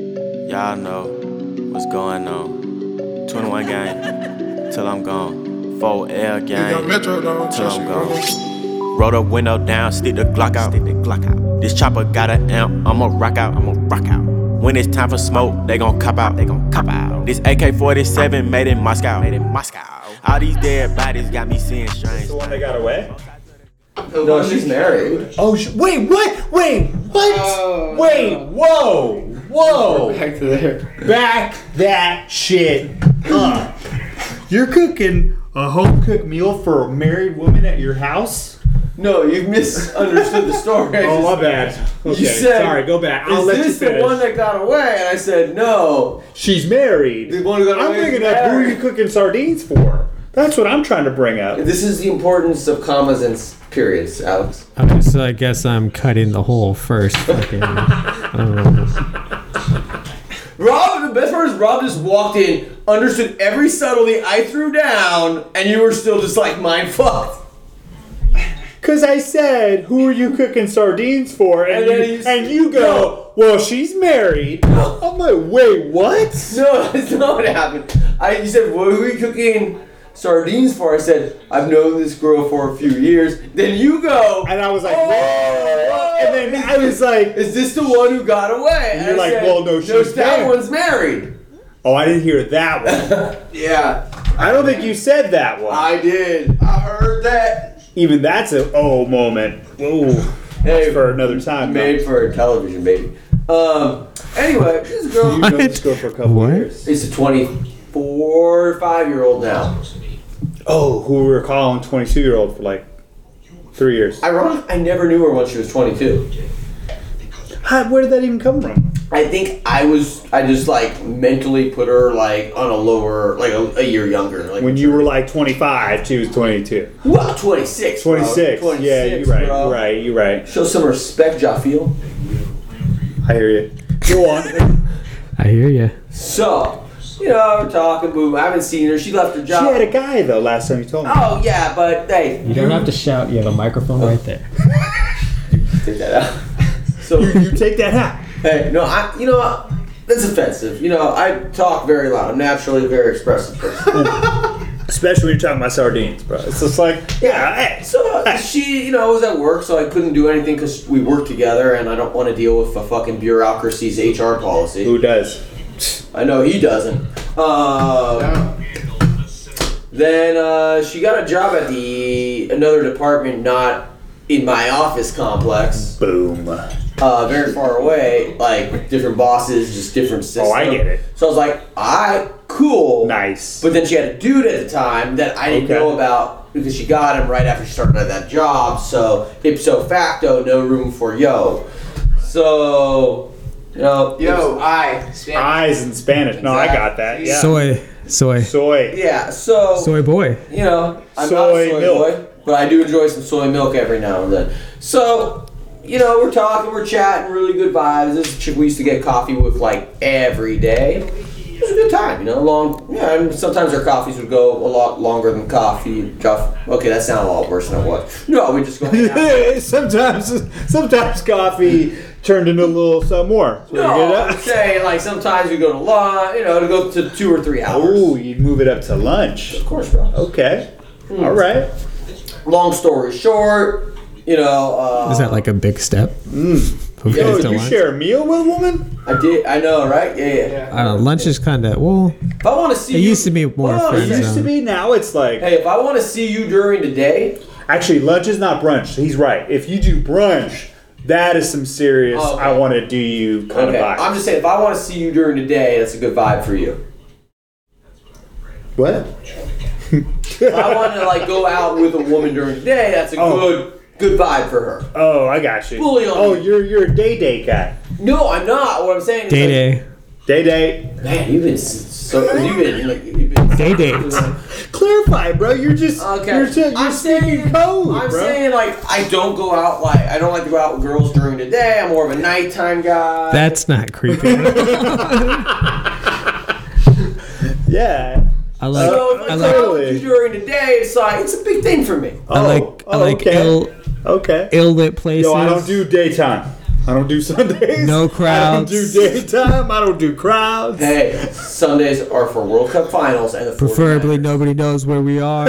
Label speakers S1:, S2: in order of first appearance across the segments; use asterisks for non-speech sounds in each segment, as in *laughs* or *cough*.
S1: Y'all know what's going on. 21 gang, till I'm gone. 4L gang,
S2: Metro don't
S1: till
S2: trust
S1: I'm
S2: you, bro.
S1: gone. Roll the window down, stick the Glock out. Stick the Glock out. This chopper got an amp, I'ma rock out, I'ma rock out. When it's time for smoke, they gon' cop out, they gon' cop out. This AK-47 made in Moscow, made in Moscow. All these dead bodies got me seeing strange.
S3: one that got away?
S4: No, she's married.
S3: Oh, sh- wait, what? Wait, what? wait, whoa, whoa.
S4: Oh, Back to there.
S3: Back that shit up. You're cooking a home cooked meal for a married woman at your house?
S4: No, you misunderstood the story.
S3: *laughs* Oh, my bad. Okay,
S4: said,
S3: sorry, go back. I'll
S4: Is
S3: let you
S4: this the
S3: finish.
S4: one that got away? And I said, no.
S3: She's married.
S4: The one who got
S3: I'm
S4: away is
S3: bringing up who
S4: married.
S3: you cooking sardines for. That's what I'm trying to bring up.
S4: This is the importance of commas and s- periods, Alex.
S5: Okay, *laughs* so I guess I'm cutting the whole first fucking. I don't know.
S4: Rob, the best part is Rob just walked in, understood every subtlety I threw down, and you were still just like, mind fucked. *laughs*
S3: Cause I said, "Who are you cooking sardines for?" And,
S4: And then
S3: you,
S4: he's-
S3: and you go, "Well, she's married." I'm like, "Wait, what?"
S4: No, that's not what happened. I, you said, what are you cooking sardines for? I said, I've known this girl for a few years. Then you go,
S3: And I was like,
S4: Oh!
S3: "What?" And then I was like,
S4: Is this the one who got away? And
S3: You're
S4: I
S3: like,
S4: said,
S3: well, no, she's
S4: that
S3: dead."
S4: one's married.
S3: "Oh, I didn't hear that one.
S4: Yeah,
S3: I don't think you said that one."
S4: I did. I heard that.
S3: Even that's a oh moment. Whoa,
S4: Hey,
S3: for another time.
S4: *laughs* made for television, baby. Um. Anyway, this
S3: You
S4: girl
S3: know this girl for a couple
S5: What?
S3: years.
S4: is a 24, five year old now.
S3: Oh, who we were calling 22 year old for like three years.
S4: Ironic, I never knew her when she was 22.
S3: How, where did that even come from?
S4: I think I was, I just like mentally put her like on a lower, like a, a year younger. Like,
S3: When you were like 25, she was 22.
S4: well, 26. bro.
S3: 26. yeah, you're right.
S4: bro.
S3: You're right. You're right.
S4: Show some respect, Jafiel.
S3: I hear you. Go on.
S5: I hear you.
S4: So, you know, we're talking, boom. I haven't seen her. She left her
S3: She
S4: job.
S3: had a guy though last time you told me.
S4: oh, yeah, but hey,
S5: You don't have to shout. You have a microphone right there.
S4: take that out. *laughs* So,
S3: You take that hat.
S4: hey, no, I, you know, what? that's offensive. You know, I talk very loud. I'm naturally a very expressive person.
S3: Especially when you're talking about sardines, bro. It's just like, yeah, hey.
S4: so, uh, she, you know, was at work, so I couldn't do anything because we work together, and I don't want to deal with a fucking bureaucracy's HR policy.
S3: Who does?
S4: I know he doesn't. Um, then uh, she got a job at the another department, not in my office complex.
S3: Boom.
S4: uh, very far away, like different bosses, just different systems.
S3: Oh, I get it.
S4: So I was like, I cool.
S3: Nice.
S4: But then she had a dude at the time that I didn't
S3: Okay.
S4: know about because she got him right after she started at that job. So ipso facto, no room for yo. So you know,
S6: Yo,
S4: it's-
S6: I. Spanish.
S3: Eyes in Spanish. No, I got that. Yeah.
S5: Soy, soy,
S3: Soy.
S4: yeah. So
S5: soy boy.
S4: you know, I'm not
S3: Soy
S4: a soy
S3: milk.
S4: boy, but I do enjoy some soy milk every now and then. So, you know, we're talking, we're chatting, really good vibes. This is a chick we used to get coffee with like every day. It was a good time, you know. Long, yeah. And sometimes our coffees would go a lot longer than coffee. Coffee. Okay, that sounded a lot worse than it was. No,
S3: *laughs*
S4: we just go. hang
S3: *laughs*
S4: out.
S3: sometimes, sometimes coffee turned into a little something more. So you get
S4: No,
S3: up-
S4: I'm saying like sometimes we go to lunch, you know, to go to two or three hours.
S3: Oh, you'd move it up to lunch.
S4: Of course, bro.
S3: Okay. All right.
S4: Long story short, you know. Uh,
S5: Is that like a big step? Okay,
S3: Mm. Yo,
S5: still
S3: you
S5: lunch.
S3: share a meal with a woman?
S4: I did. I know, right? Yeah. yeah.
S5: I don't know. Uh, Lunch is kind of well.
S4: If I want to see,
S5: It
S4: you-
S5: used to be more
S4: Hold on,
S5: friend
S4: you-
S3: Oh, It used to
S5: zone.
S3: be. Now it's like.
S4: Hey, if I want to see you during the day,
S3: Actually, lunch is not brunch. He's right. If you do brunch, that is some serious.
S4: Oh, okay.
S3: I want to do you kind
S4: okay.
S3: of vibe.
S4: I'm just saying, if I want to see you during the day, that's a good vibe for you.
S3: what?
S4: If I want to like go out with a woman during the day, that's a
S3: Oh.
S4: good good vibe for her.
S3: Oh, I got you.
S4: Fully on
S3: oh,
S4: it.
S3: you're you're a day day guy.
S4: No, I'm not. What I'm saying is,
S5: Day
S4: like,
S3: Day
S5: day,
S3: day.
S4: man, you've been s- so you've been like you've been.
S5: day *laughs* dates.
S3: Clarify, bro. You're just
S4: Okay.
S3: you're, just, you're
S4: I'm
S3: speaking
S4: saying-
S3: code,
S4: I'm
S3: bro.
S4: saying like I don't go out like I don't like to go out with girls during the day. I'm more of a nighttime guy.
S5: That's not creepy.
S3: yeah.
S5: I like.
S4: so if I,
S5: I
S4: go
S5: like.
S4: out with you during the day, it's like it's a big thing for me.
S5: I like.
S3: Oh,
S5: I like
S3: okay.
S5: ill,
S3: Okay.
S5: ill lit places.
S3: Yo, I don't do daytime. I don't do *laughs* Sundays.
S5: No
S3: I don't
S5: crowds.
S3: do daytime. I don't do crowds.
S4: Hey, Sundays are for World Cup finals and the 49ers.
S5: Preferably, nobody knows where
S3: *laughs*
S5: we are.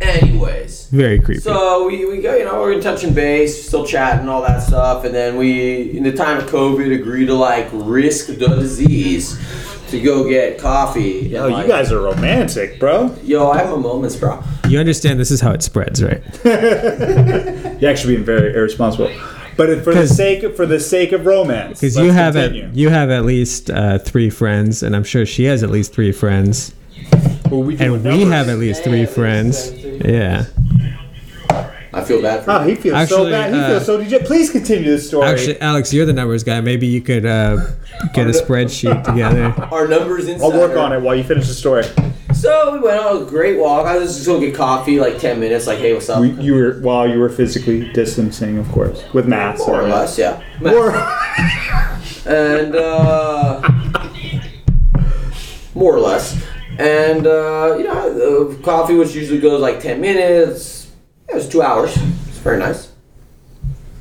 S4: Anyways,
S5: Very creepy.
S4: so we, we go, you know, we're in touching base, still chatting, all that stuff, and then we, in the time of COVID, agree to like risk the disease to go get coffee.
S3: Oh, you guys are romantic, bro.
S4: Yo, I have my moments, bro.
S5: you understand this is how it spreads, right?
S3: You're actually being very irresponsible. But for the
S5: 'Cause-
S3: sake for the sake of romance,
S5: Because you have at, you have at least uh, three friends, and I'm sure she has at least three friends,
S3: well, we,
S5: and we have at least three
S4: Yeah, at least,
S5: friends.
S4: uh, three
S5: Yeah.
S4: I feel bad for
S3: Oh,
S4: you.
S3: he feels so
S5: Actually,
S3: bad. He
S5: uh,
S3: feels so dejected. Please continue this story.
S5: Actually, Alex, you're the numbers guy. Maybe you could uh, get a
S3: *laughs*
S5: spreadsheet together.
S4: Our numbers inside.
S3: Ah, I'll work on it while you finish the story.
S4: So we went on a great walk. I was just gonna get coffee, like ten minutes. Like, hey, what's up?
S3: We, you were while you were physically distancing, of course, with masks.
S4: More or
S3: on.
S4: less, yeah. *laughs*
S3: Or-
S4: and uh, more or less. And uh, you know, uh, coffee, which usually goes like ten minutes, it was two hours. It's very nice.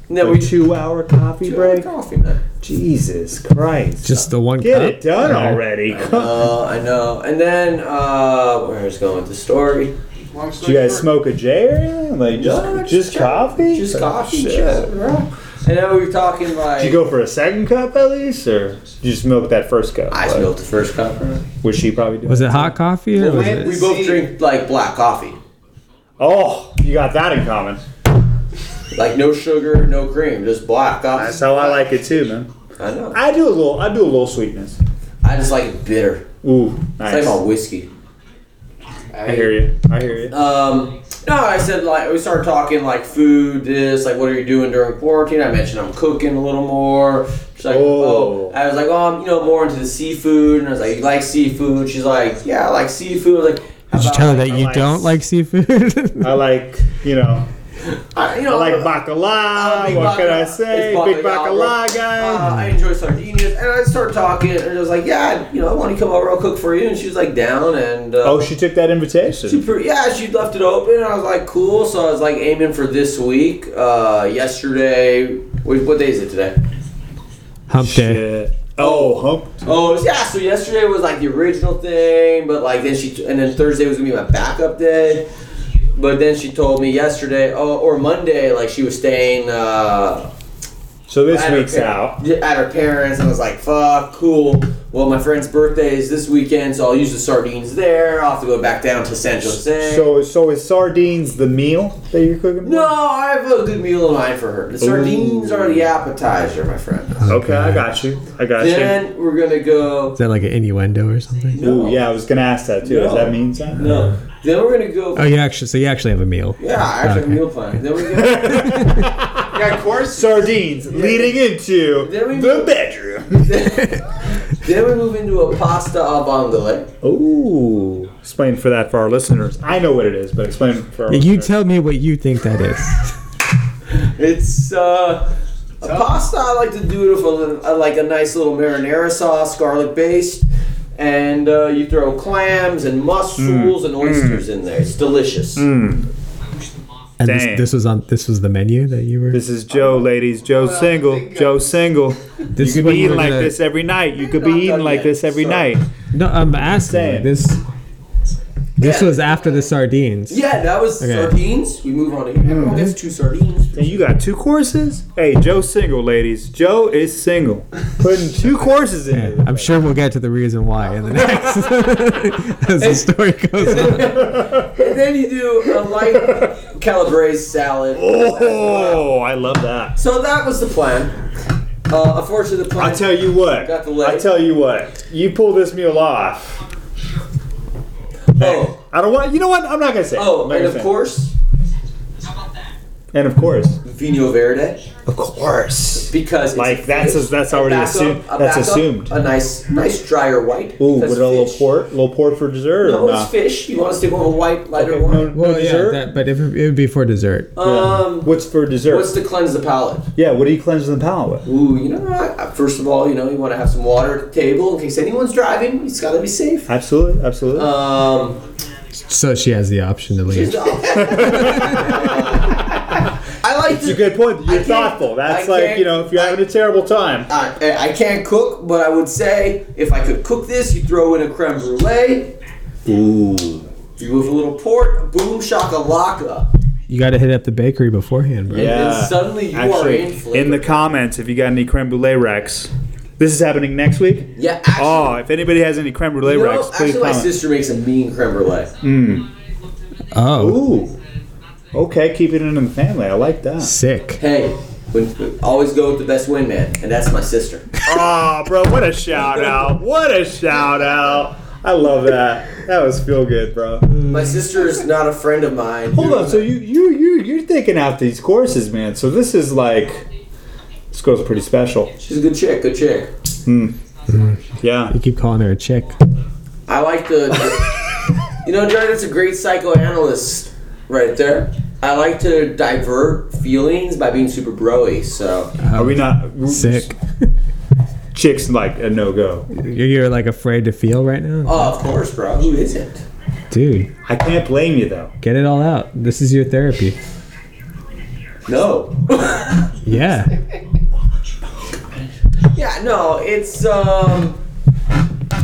S4: And then we
S3: two hour coffee
S4: break
S3: break.
S4: coffee, man.
S3: Jesus Christ!
S5: Just the one.
S3: get
S5: cup.
S3: it done already. *laughs* Do
S4: Uh, I know. And then uh, where's going with the story?
S2: Long story
S3: you guys
S2: short,
S3: smoke a J or anything? Like just,
S4: No,
S3: just,
S4: chill.
S3: coffee?
S4: Just coffee,
S3: Shit.
S4: chill, bro. And then we were talking like.
S3: Did you go for a second cup at least, or did you just milk that first cup?
S4: I
S3: Like,
S4: spilled the first cup. bro.
S3: What she probably did.
S5: Was it hot coffee or was
S4: We
S5: it?
S4: we both drink like black coffee,
S3: Oh, you got that in common.
S4: like no sugar, no cream, just black coffee.
S3: That's how I like it too, man.
S4: I know.
S3: I do a little. I do a little sweetness.
S4: I just like it bitter.
S3: Ooh,
S4: It's
S3: nice.
S4: like my whiskey.
S3: I hear you. I hear you.
S4: Um, no, I said like we started talking like food, this, like what are you doing during quarantine? I mentioned I'm cooking a little more. She's like,
S3: Oh.
S4: oh. I was like, oh, I'm you know more into the seafood, and I was like, you like seafood? She's like, yeah, I like seafood. I was like, how
S5: Did you
S4: about,
S5: tell her
S4: like,
S5: that you
S3: like- Oh,
S5: don't
S3: *laughs*
S5: like seafood?
S3: I like, you know,
S4: I, you
S3: I
S4: know,
S3: like
S4: uh,
S3: bacala.
S4: big
S3: What can I
S4: bacala.
S3: say?
S4: It's
S3: Big
S4: bacala,
S3: bacala
S4: bro. Uh, I
S3: guy.
S4: enjoy sardinas, and I start talking, and I was like, yeah, you know, I want to come over, I'll cook for you, and she was like, down, and uh,
S3: Oh, she took that
S4: She
S3: invitation.
S4: pre- yeah, she left it open. And I was like, cool. So I was like aiming for this week. Uh, yesterday, wait, what day is it today?
S5: Hump day.
S3: Shit. Oh, hump.
S4: Oh, it was- yeah. So yesterday was like the original thing, but like then she and then Thursday was gonna be my backup day. But then she told me yesterday, oh, or Monday, like she was staying uh,
S3: So this
S4: at, her
S3: week's
S4: par-
S3: out.
S4: yeah, at her parents. And I was like, fuck, cool. Well, my friend's birthday is this weekend, so I'll use the sardines there. I'll have to go back down to San Jose.
S3: So, so is sardines the meal that you're cooking?
S4: No, I have a good meal in mind for her. The sardines are the appetizer, my friend.
S3: For? Okay, I got you. I got you.
S4: Then we're gonna go.
S5: Is that like an innuendo or something?
S3: Ooh, yeah, I was gonna ask that too. Does
S4: No.
S3: that mean something?
S4: No. Then we're gonna go.
S5: Oh, you actually. So you actually have a meal.
S4: Yeah, I actually have a
S5: Okay.
S4: meal plan. Then
S5: *laughs*
S4: we're gonna.
S2: you got courses.
S3: Sardines leading into
S4: Then we-
S3: the bedroom.
S4: then we move into a pasta al vongole.
S3: Ooh, explain for that for our listeners. I know what it is, but explain for our
S5: You
S3: listeners.
S5: tell me what you think that is.
S4: It's uh, a pasta. I like to do it with a, little- uh, like a nice little marinara sauce, garlic based, and uh, you throw clams and
S5: Mm.
S4: mussels and oysters in there. It's delicious.
S5: And this,
S3: Dang.
S5: this was on. This was the menu that you were.
S3: This is Joe, ladies. Joe single.
S4: uh,
S3: Joe single.
S5: This
S3: you
S5: is
S3: could
S5: what
S3: be
S5: you were
S3: eating like
S5: gonna-
S3: this every night. You could
S4: not
S3: be
S4: done
S3: eating like
S4: yet,
S3: this every
S4: so-
S3: night.
S5: No, I'm asking.
S3: Saying.
S5: This. This
S4: Yeah.
S5: was after the sardines.
S4: Yeah, that was
S5: Okay. Mm.
S4: sardines. We move on to here. Oh, that's two sardines.
S3: And you got two courses? Hey, Joe single, ladies. Joe is single. Putting two courses in.
S5: I'm sure we'll get to the reason why in the next *laughs* as the story
S3: *laughs*
S5: goes on.
S4: And then you do a light *laughs* calabrese salad.
S3: Oh, I love that.
S4: So that was the plan. Uh, unfortunately, the plan.
S3: I tell you what.
S4: Got the leg.
S3: I tell you what. You pull this meal off.
S4: Oh,
S3: I don't want. You know what? I'm not gonna say. it. I'm
S4: oh
S3: not
S4: and
S3: gonna
S4: of
S3: say it.
S4: course,
S3: And of course.
S4: Vino Verde.
S3: Of course.
S4: Because it's
S3: Like,
S4: a
S3: that's-
S4: fish,
S3: that's already
S4: a backup-
S3: assumed-
S4: a
S3: that's
S4: backup,
S3: assumed.
S4: A nice, nice drier white.
S3: Ooh,
S4: because
S3: with a little
S4: fish-
S3: port, little port for dessert.
S4: No,
S3: or
S4: it's
S3: not?
S4: fish. You want to stick with a white, lighter
S3: Okay, no,
S4: one.
S3: no dessert.
S5: but if, it would be for dessert.
S4: Um,
S3: What's for dessert?
S4: what's to cleanse the palate?
S3: yeah, what do you cleanse the palate with?
S4: Ooh, you know what? Uh, First of all, you know you want to have some water at the table in case anyone's driving. It's got to be safe.
S3: Absolutely, absolutely.
S4: Um,
S5: so she has the option to leave.
S4: *laughs* I like
S3: It's
S4: to-
S3: a good point.
S4: I
S3: You're
S4: can't-
S3: thoughtful. That's
S4: I
S3: like
S4: can't-
S3: you know, if you're
S4: I-
S3: having a terrible time,
S4: I, I can't cook, but I would say if I could cook this, you throw in a creme brulee. Ooh. You with a little port, boom shakalaka.
S5: You got to hit up the bakery beforehand, bro.
S4: Yeah. suddenly you are in flavor.
S3: in the comments, if you got any creme brulee wrecks, this is happening next week.
S4: Yeah, actually,
S3: Oh, if anybody has any creme brulee
S4: you know,
S3: wrecks,
S4: actually
S3: please
S4: my
S3: comment. Mm.
S4: sister makes a mean creme brulee.
S5: Oh,
S3: Ooh. Okay, keep it in the family. I like that.
S5: sick.
S4: Hey, when, always go with the best wingman, and that's my sister.
S3: oh, bro, what a shout out. What a shout out. I love that. That was feel good, bro.
S4: My sister is not a friend of mine.
S3: Hold on, so you you you you're thinking out these courses, man. So this is like this girl's pretty special.
S4: She's a good chick, good chick.
S3: Yeah.
S5: You keep calling her a chick.
S4: I like *laughs* to, you know, Jordan's a great psychoanalyst right there. I like to divert feelings by being super broy, so.
S3: Are we not
S5: Sick.
S3: Chicks like a no go.
S5: You're, you're like afraid to feel right
S3: Uh,
S5: now,
S4: Oh, of course, bro. Who isn't?
S5: dude.
S3: I can't blame you though.
S5: Get it all out. This is your therapy.
S4: No.
S5: Yeah.
S4: *laughs* yeah, no, it's um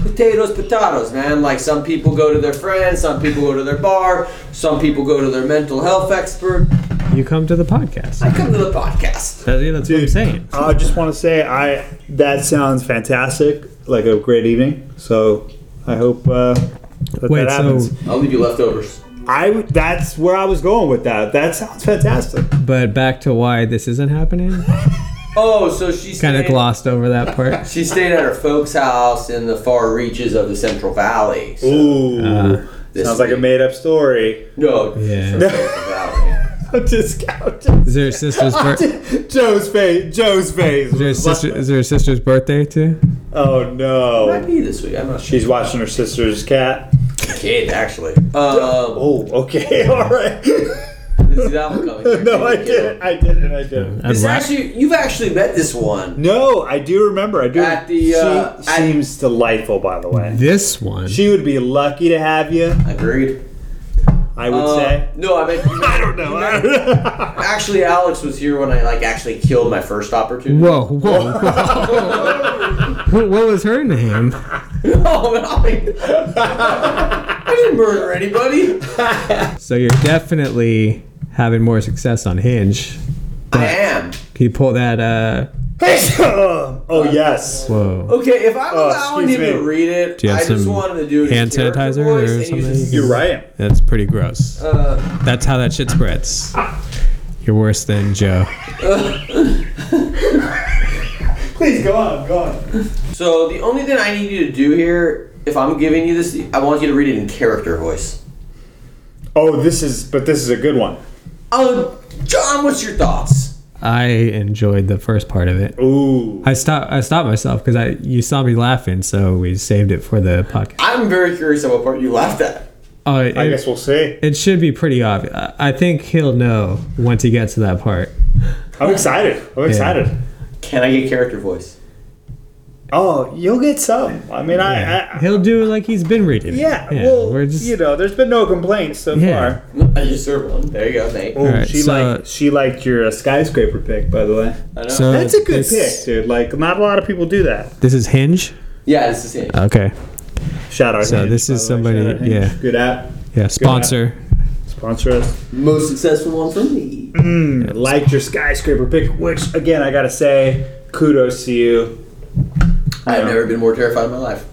S4: potatoes, potatoes, man. Like some people go to their friends, some people go to their bar, some people go to their mental health expert.
S5: You come to the podcast.
S4: I come to the podcast.
S5: That's, yeah, that's what I'm saying.
S3: I just want to say I that sounds fantastic, like a great evening. So I hope uh, that,
S5: Wait,
S3: that
S5: so
S3: happens.
S4: I'll leave you leftovers.
S3: I that's where I was going with that. That sounds fantastic.
S5: but back to why this isn't happening.
S4: Oh, so she's
S5: Kind of glossed over that part.
S4: She stayed at her folks' house in the far reaches of the Central Valley. So
S3: Ooh,
S5: Uh,
S4: this
S3: sounds like a
S4: week-
S3: made up story. *laughs*
S4: no.
S5: Yeah.
S4: the Central Valley. *laughs*
S3: I'm just, I'm
S5: Is there
S3: *laughs*
S5: a sister's birthday?
S3: just Joe's face. Joe's face.
S5: Is there a sister? Is there a sister's birthday too?
S3: Oh
S4: Might
S3: no.
S4: be this week. I'm not sure.
S3: She's watching her sister's cat.
S4: Kid, actually. *laughs* Um,
S3: Oh, okay, *laughs* all right.
S4: this is album
S3: *laughs*
S4: coming.
S3: no, I didn't. I didn't. I didn't.
S5: I'd
S4: It's
S5: ra-
S4: actually you've actually met this one.
S3: No, I do remember. I do.
S4: At the, uh,
S3: she
S4: at-
S3: seems delightful, by the way.
S5: this one.
S3: She would be lucky to have you.
S4: Agreed.
S3: I would
S4: Uh,
S3: say.
S4: No, I
S3: *laughs*
S4: meant. I
S3: Oh,
S4: don't know. Actually, Alex was here when I like actually killed my first opportunity. *laughs*
S5: Whoa, whoa, whoa. what, *laughs* what was her name?
S4: No, Oh, I, mean, *laughs* I didn't murder anybody.
S5: So you're definitely having more success on Hinge.
S4: I am.
S5: Can you pull that? uh
S3: *laughs* oh yes.
S5: Whoa.
S4: Okay, if I'm
S3: Oh,
S4: allowing him
S3: excuse
S4: to
S3: me.
S4: read it,
S5: Do you
S4: I
S5: have
S4: just
S5: some
S4: wanted to do it in
S5: hand
S4: his character
S5: sanitizer
S4: voice, and
S5: or
S4: he was
S5: something?
S4: just-
S3: You're right.
S5: That's pretty gross.
S4: Uh,
S5: That's how that shit spreads. You're worse than Joe.
S3: Please go on. Go on.
S4: so the only thing I need you to do here, if I'm giving you this, I want you to read it in character voice.
S3: Oh, this is. But this is a good one.
S4: Oh, John, what's your thoughts?
S5: I enjoyed the first part of it.
S3: Ooh.
S5: I stopped. I stopped myself because I you saw me laughing, so we saved it for the podcast.
S4: I'm very curious about what part you laughed at.
S5: Oh, it,
S3: I guess we'll see.
S5: it should be pretty obvious. I I think he'll know once he gets to that part.
S3: I'm excited. I'm excited.
S4: Can I get character voice?
S3: Oh, you'll get some. I mean, I. I
S5: he'll do like he's been reading. it.
S3: yeah, well,
S5: we're just
S3: you know, there's been no complaints so
S5: Yeah.
S3: far.
S4: I just served one. There you go, mate.
S3: Oh,
S5: Alright,
S3: she
S5: so-
S3: liked she liked your uh, skyscraper pick, by the way.
S4: I know.
S5: so
S3: That's a good
S5: this,
S3: pick, dude. Like, not a lot of people do that.
S5: This is Hinge.
S4: yeah, this is it.
S5: Okay.
S3: Shout out.
S5: So
S3: Hinge,
S5: this
S3: by
S5: is
S3: the way.
S5: somebody-
S3: Shout out Hinge.
S5: yeah.
S3: Good app.
S5: Yeah. Sponsor.
S3: Sponsor us.
S4: Most successful one for me.
S3: Liked your skyscraper pick, which again I gotta say, kudos to you.
S4: I've never been more terrified in my life.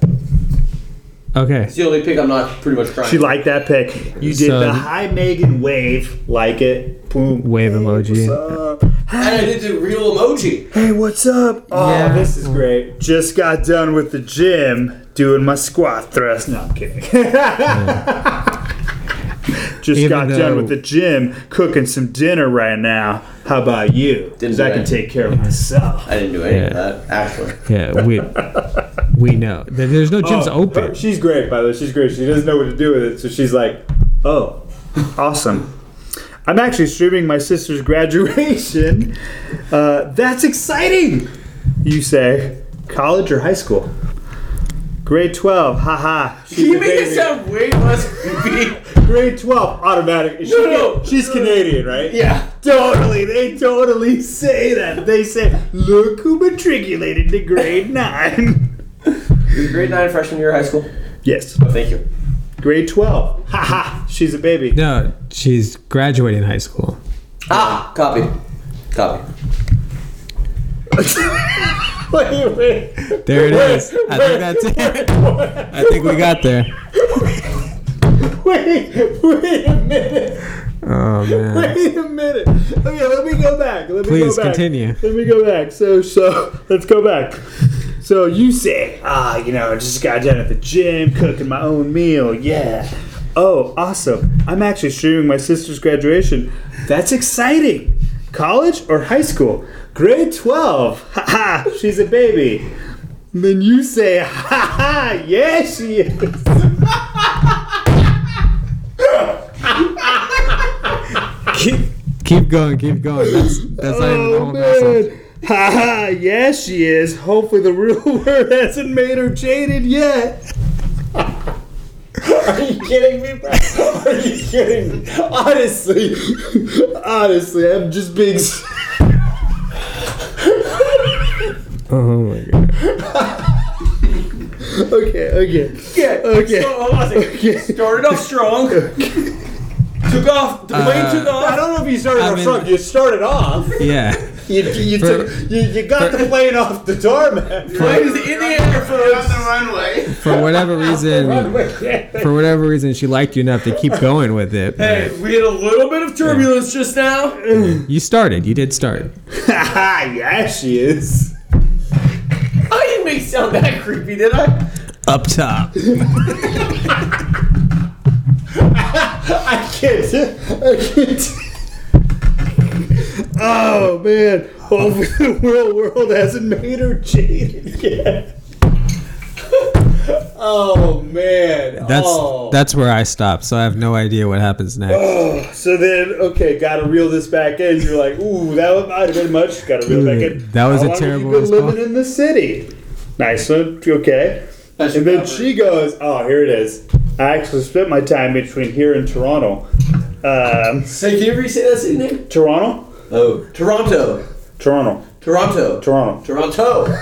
S5: Okay.
S4: It's the only pick I'm not pretty much crying.
S3: She liked that pick. You did
S5: So-
S3: the high Megan wave, like it. Boom.
S5: Wave
S3: Hey,
S5: emoji.
S3: What's up?
S4: and I did the real emoji.
S3: Hey, what's up? Oh,
S5: Yeah. Mm.
S3: this is great. Just got done with the gym doing my squat thrust. No, I'm
S5: *laughs*
S3: kidding. Just
S5: Even
S3: got done
S5: though-
S3: with the gym, cooking some dinner right now. How about you?
S4: Didn't
S3: Because
S4: do
S3: I can
S4: that.
S3: take care of myself.
S4: I didn't do any of
S5: Yeah.
S4: that, actually.
S5: Yeah. We we know There- there's no gyms
S3: Oh,
S5: open.
S3: her- She's great, by the way. She's great. She doesn't know what to do with it, so she's like, "Oh, awesome." I'm actually streaming my sister's *laughs* graduation. Uh, that's exciting. You say, college or high school? Grade 12. Haha. She's
S4: You
S3: a
S4: make it
S3: baby.
S4: sound way less creepy.
S3: grade 12, automatic. She,
S4: no.
S3: She's Canadian, right?
S4: Yeah.
S3: Totally. They totally say that. They say, look who matriculated to grade
S4: *laughs*
S3: 9.
S4: Grade nine freshman year of high school.
S3: yes.
S4: Oh, thank you.
S3: Grade 12. Ha ha. She's a baby.
S5: No, she's graduating high school.
S4: Ah, copy, copy.
S3: Wait, wait.
S5: There it is. I think that's it. I think we got there.
S3: Wait, wait a minute.
S5: Oh man.
S3: Wait a minute. Okay, let me go back. Let me
S5: Please
S3: go back.
S5: continue.
S3: Let me go back. So, so let's go back. So you say, ah, you know, I just got done at the gym cooking my own meal. Yeah. Oh, awesome. I'm actually streaming my sister's graduation. That's exciting. College or high school? Grade 12. *laughs* Ha ha, she's a baby. Then you say, ha ha, yeah, she is.
S5: Keep, keep going. Keep going. That's that's not even the
S3: Oh
S5: whole message.
S3: man! Ha ha! *laughs* Yes, she is. Hopefully, the real *laughs* word hasn't made her jaded yet. *laughs* Are you kidding me, bro? Are you kidding me? Honestly, honestly, I'm just being. s- *laughs*
S5: Oh my god.
S3: Okay, okay,
S4: Yeah.
S3: okay.
S4: So, hold on a second. Started off strong. took off. The plane
S5: Uh,
S4: took
S3: I
S4: off.
S3: don't know if you started
S5: I
S3: off
S5: mean-
S3: front. You started off.
S5: Yeah.
S3: *laughs* You, you, took, you, you got the plane off the tarmac.
S4: Plane is in the air
S2: on the
S4: for.
S2: runway.
S5: For whatever reason, for whatever reason, she liked you enough to keep going with it. but
S4: Hey, we had a little bit of turbulence just now.
S3: *laughs*
S5: You started. You did start.
S3: Ha ha! Yes, she is.
S4: I didn't make it Oh, sound that creepy, did I?
S5: Up top.
S3: I can't. I can't. Oh man! Hopefully *laughs* the real world hasn't made her jaded yet. *laughs* Oh man!
S5: That's
S3: oh.
S5: that's where I stopped. So I have no idea what happens next.
S3: So then, okay, gotta reel this back in. You're like, ooh, that might have been much. Gotta reel back in.
S5: Dude, that was
S3: How
S5: a
S3: long have
S5: terrible
S3: you been
S5: response.
S3: living in the city. Nice one. Okay.
S4: That's
S3: And then
S4: proper.
S3: she goes, oh, here it is. I actually spent my time between here and Toronto. Um,
S4: Say, can you ever say that city name?
S3: Toronto.
S4: Oh, Toronto.
S3: Toronto.
S4: Toronto.
S3: Toronto.
S4: Toronto.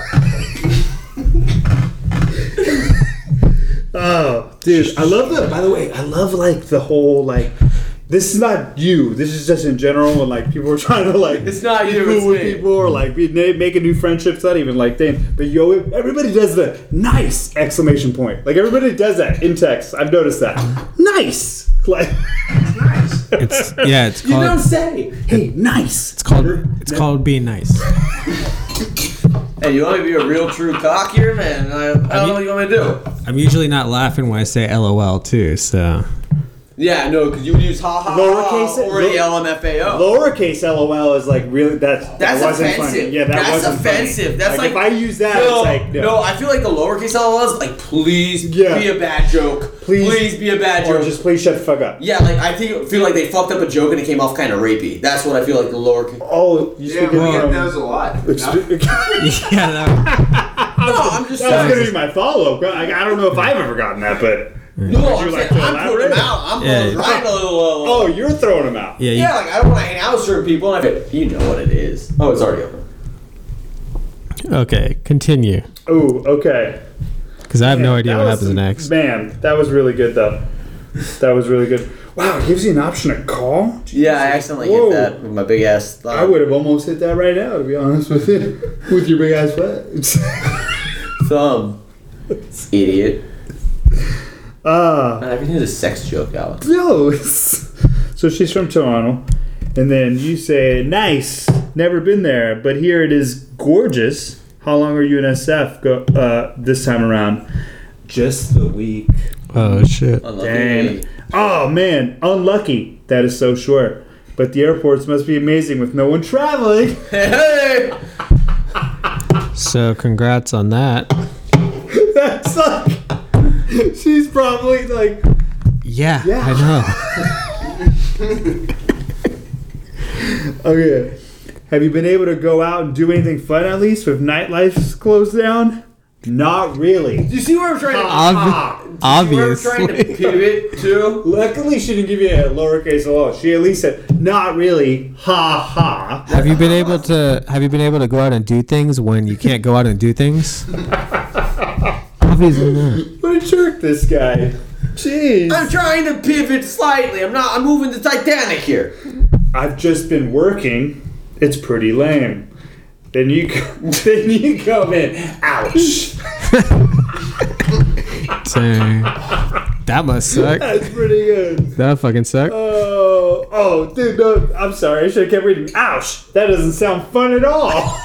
S3: Oh, dude, I love that. By the way, I love like the whole like. This is not you. This is just in general when like people are trying to like.
S4: It's not
S3: be
S4: you,
S3: cool
S4: it's
S3: with
S4: me.
S3: people or like be, na- making new friendships. Not even like thing. But yo, everybody does the nice exclamation point. Like everybody does that in text. I've noticed that. Nice. *laughs* Like. nice.
S5: It's yeah. It's
S4: You don't
S5: called
S4: say.
S3: Hey, nice.
S5: it's called it's called being nice.
S4: Hey, you want me to be a real true cockier man? I, I don't know what you want me to do.
S5: I'm usually not laughing when I say LOL too. So
S4: Yeah, no, because you would use ha ha
S3: Lowercase
S4: ha
S3: it,
S4: or
S3: lo-
S4: the LMFAO.
S3: Lowercase LOL is like really that's
S4: Oh. That's
S3: that wasn't
S4: offensive.
S3: Funny. Yeah, that
S4: That's
S3: wasn't funny.
S4: offensive. That's
S3: if I
S4: like-
S3: use that,
S4: no,
S3: it's like
S4: no. I feel like the lowercase LOL is like, please
S3: Yeah.
S4: be a bad joke.
S3: Please-
S4: Please, be a bad
S3: Or
S4: joke.
S3: just please shut the fuck up.
S4: yeah, like I think feel like they fucked up a joke and it came off kind of rapey. That's what I feel like the lowercase.
S3: Oh, you
S2: Yeah,
S3: speak
S2: we get
S3: of
S2: those a lot.
S5: yeah, that,
S4: No,
S3: That
S4: I'm just
S3: was
S4: saying.
S3: gonna be my follow up. I, I don't know if I've ever gotten that, but
S4: No, I'm,
S3: you like
S4: saying,
S3: to
S4: I'm putting
S3: elaborate?
S4: them out. I'm
S5: Yeah.
S4: putting right a little.
S3: oh, you're throwing them out.
S5: yeah. You,
S4: Yeah, like I don't want to hang out with certain people. And I, you know what it is. Oh, it's already open.
S5: Okay, continue.
S3: Ooh, okay.
S5: Because I have no idea
S3: That
S5: what
S3: was-
S5: happens next.
S3: Man, that was really good though. That was really good. Wow, it gives you an option to call.
S4: Yeah, I accidentally
S3: Whoa.
S4: hit that with my big ass thumb.
S3: I would have almost hit that right now, to be honest with you, with your big ass foot.
S4: thumb. Idiot.
S3: Ah,
S4: Man, everything is a sex joke,
S3: *laughs*
S4: Alex.
S3: no. So she's from Toronto, and then you say, "Nice, never been there, but here it is gorgeous." How long are you in SF go, uh, this time around? Just the week.
S5: Oh shit.
S4: Unlucky
S3: Damn.
S4: me.
S3: Oh man, unlucky. That is so short. But the airports must be amazing with no one traveling.
S4: Hey!
S5: So congrats on that.
S3: That's like she's probably like
S5: Yeah,
S3: Yeah.
S5: I know.
S3: okay. Have you been able to go out and do anything fun at least with nightlife's closed down? Not really.
S4: You see where I'm trying to.
S5: Ob-
S4: Trying to *laughs*
S5: Obviously.
S4: pivot to.
S3: *laughs* Luckily, she didn't give you a lowercase l. She at least said, "Not really." Ha ha.
S5: Have you been able to have you been able to go out and do things when you can't go out and do things? Obviously not.
S3: What a jerk this guy. Jeez.
S4: I'm trying to pivot slightly. I'm not. I'm moving the Titanic here.
S3: I've just been working. It's pretty lame. Then you, *laughs* then you come in.
S5: *laughs*
S3: Ouch.
S5: Dang. That must suck.
S3: That's pretty good.
S5: That fucking suck.
S3: Oh, oh, dude, no. I'm sorry. I should have kept reading. Ouch. That doesn't sound fun at all. *laughs*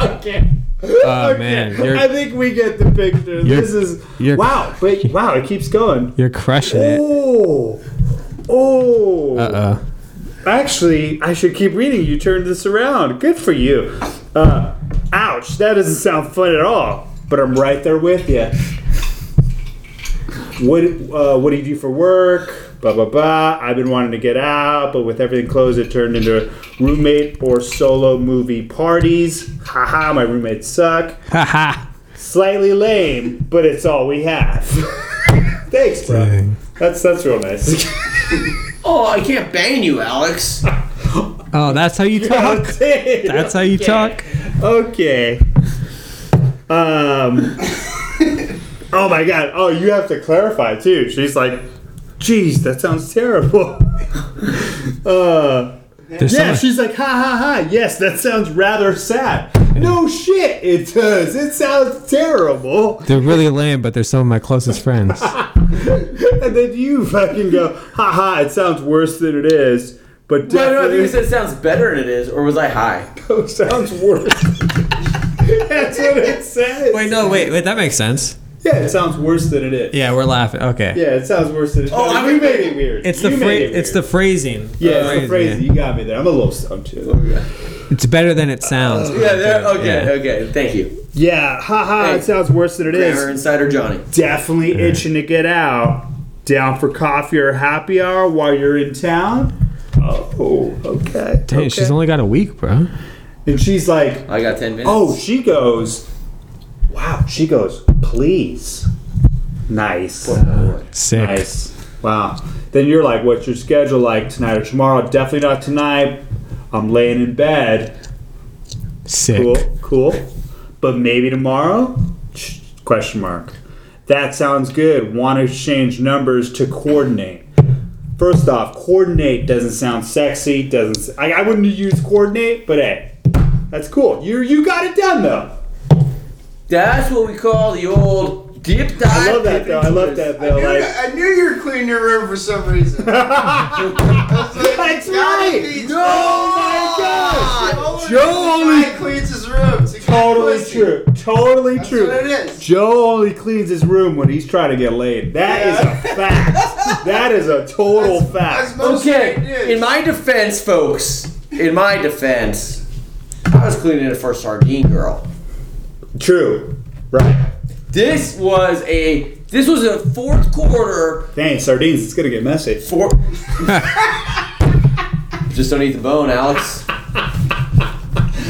S3: okay.
S5: Oh,
S3: Okay.
S5: man, you're-
S3: I think we get the picture.
S5: You're-
S3: This is
S5: you're-
S3: wow, but wow, it keeps going.
S5: You're crushing it.
S3: Oh, oh.
S5: Uh oh.
S3: Actually, I should keep reading. You turned this around. Good for you. Uh, ouch, that doesn't sound fun at all. But I'm right there with you. What uh, What do you do for work? Blah blah blah. I've been wanting to get out, but with everything closed, it turned into roommate or solo movie parties. Haha, my roommates suck.
S5: Haha.
S3: Slightly lame, but it's all we have. *laughs* Thanks, bro.
S5: Dang.
S3: That's that's real nice.
S4: Oh, I can't bang you, Alex.
S5: Oh, that's how you talk. That's how you talk.
S3: Okay. Um. oh my god. Oh, you have to clarify too. She's like, "Jeez, that sounds terrible." *laughs* uh.
S5: There's
S3: Yeah,
S5: so much-
S3: she's like, ha ha ha. Yes, that sounds rather sad. No shit, it does. It sounds terrible.
S5: they're really lame, but they're some of my
S3: *laughs*
S5: closest friends.
S3: And then you fucking go, ha ha. It sounds worse than it is. But
S4: No, no, I think
S3: definitely-
S4: you said it sounds better than it is, or was I high?
S3: *laughs* Oh, sounds worse. That's what it says.
S5: Wait, no, wait, wait, that makes sense.
S3: Yeah, it sounds worse than it is.
S5: Yeah, we're laughing. Okay.
S3: Yeah, it sounds worse than it is.
S4: Oh, I
S3: *laughs* you
S4: mean-
S3: made it weird.
S5: It's
S3: You
S5: the
S3: made
S5: fra-
S3: it weird.
S5: it's the phrasing.
S3: yeah, it's the
S5: Phrasing, yeah.
S3: phrase. You got me there. I'm a little stoned too.
S5: It's better than it sounds.
S3: Oh,
S4: Yeah, there. Okay,
S5: Yeah.
S4: okay. Thank you,
S3: Yeah, haha.
S4: Hey.
S3: It sounds worse than it is.
S4: Grammar Insider Johnny.
S3: Definitely itching to get out. Down for coffee or happy hour while you're in town. Oh, okay.
S5: Dang,
S3: okay.
S5: she's only got a week, bro.
S3: and she's like,
S4: I got ten minutes.
S3: oh, she goes. Wow, she goes. Please, nice.
S5: Sick.
S3: Nice. Wow. Then you're like, what's your schedule like tonight or tomorrow? Definitely not tonight. I'm laying in bed.
S5: Sick.
S3: Cool, cool. But maybe tomorrow? Ch- Question mark. That sounds good. Want to exchange numbers to coordinate. First off, coordinate doesn't sound sexy. Doesn't. s- I, I wouldn't use coordinate, but hey, that's cool. You you got it done though.
S4: That's what we call the old deep dive.
S3: I love that though. I love that though.
S2: knew,
S3: Like
S2: I knew you were cleaning your room for some reason. I was like,
S3: That's
S2: gotta
S3: right.
S2: be-
S3: No. Oh my gosh.
S2: Joe
S3: Joe
S2: only
S3: only-
S2: cleans his room. It's a good
S3: Totally
S2: pussy.
S3: true. Totally
S2: That's
S3: true.
S2: what it is.
S3: Joe only cleans his room when he's trying to get laid. That is
S2: Yeah.
S3: a
S2: *laughs*
S3: fact. that is a total
S2: That's
S3: fact.
S2: most straight
S4: Okay.
S2: dudes.
S4: In my defense, folks. In my defense, I was cleaning it for Sardine Girl.
S3: True. Right.
S4: This was a. This was a fourth quarter.
S3: Dang, sardines, it's gonna get messy.
S4: For. *laughs* Just don't eat the bone, Alex.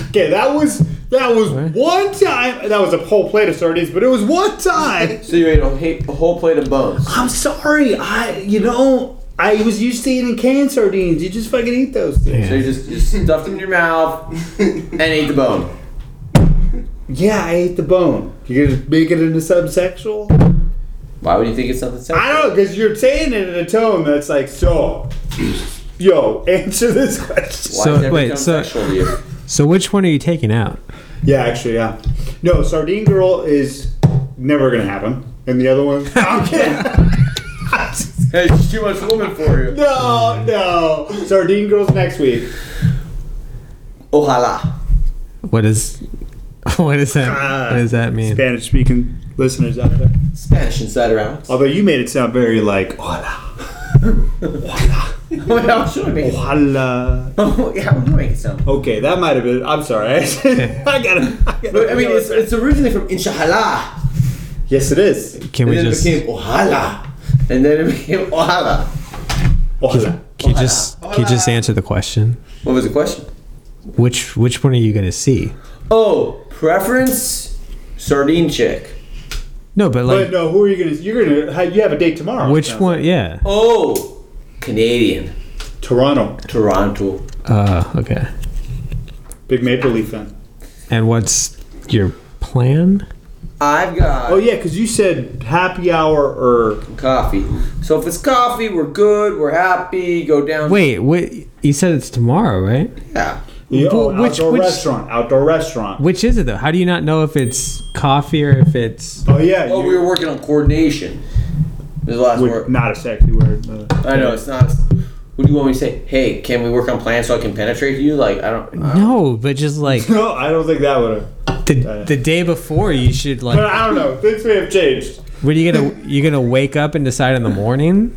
S3: Okay, that was that was one time that was a whole plate of sardines, but it was one
S2: *laughs*
S3: time.
S4: So you ate a, ha- a whole plate of bones.
S3: I'm sorry, I you know, I was used to eating canned sardines. You just fucking eat those things.
S4: So you just, just stuffed them in your mouth and ate the bone.
S3: Yeah, I ate the bone. You're gonna make it into subsexual?
S4: Why would you think it's something sexual?
S3: I don't because you're saying it in a tone that's like, so, yo, answer this question.
S4: Why
S5: So,
S4: does that
S5: wait,
S4: become
S5: so-
S4: sexual to you?
S5: So which one are you taking out?
S3: Yeah, actually, yeah. No, Sardine Girl is never gonna happen, and the other
S4: *laughs*
S3: one. I'm kidding.
S4: Hey, she's too much woman for you.
S3: no, no, Sardine Girl's next week.
S4: Oh, Ojalá.
S5: What is *laughs* what is that?
S3: Ah.
S5: what does that mean?
S3: Spanish speaking listeners out there.
S4: Spanish Insider *laughs* Alex.
S3: Although you made it sound very like hola,
S4: Wait, how should I make it?
S3: hola.
S4: How would you make it sound?
S3: Okay, that might have been. I'm sorry. *laughs* I gotta. I, gotta
S4: I mean, it's, it's originally from Inshallah.
S3: yes, it is.
S5: Can
S4: And
S5: we
S4: then
S5: just
S4: it became Ojalá. And then it became Ojalá.
S3: Hola.
S5: can you just can you just answer the question?
S4: What was the question?
S5: Which which one are you gonna see?
S4: Oh, preference sardine chick.
S5: No, but like
S3: But no, who are you gonna? You're gonna. You have a date tomorrow.
S5: which
S3: No.
S5: one? Yeah.
S4: Oh, Canadian,
S3: Toronto.
S4: Toronto.
S5: Uh, okay.
S3: Big Maple Leaf fan.
S5: And what's your plan?
S4: I've got
S3: Oh yeah, because you said happy hour or
S4: coffee. So if it's coffee, we're good. We're happy. Go down.
S5: Wait, wait. You said it's tomorrow, right?
S4: Yeah.
S3: you know,
S5: Well, which-
S3: outdoor
S5: which-
S3: restaurant. Outdoor restaurant.
S5: Which is it though? How do you not know if it's coffee or if it's?
S3: Oh yeah.
S4: Oh,
S3: you-
S4: we were working on coordination. Is the last
S3: would-
S4: word.
S3: not a sexy word. but-
S4: I know it's not. What do you want me to say? Hey, can we work on plans so I can penetrate you? Like I don't.
S3: Uh,
S4: I don't-
S5: No, but just like
S3: *laughs* *laughs* No, I don't think that would have.
S5: the, the day before, you should like.
S3: But I don't know. Things may have changed.
S5: What are you gonna? You gonna wake up and decide in the morning?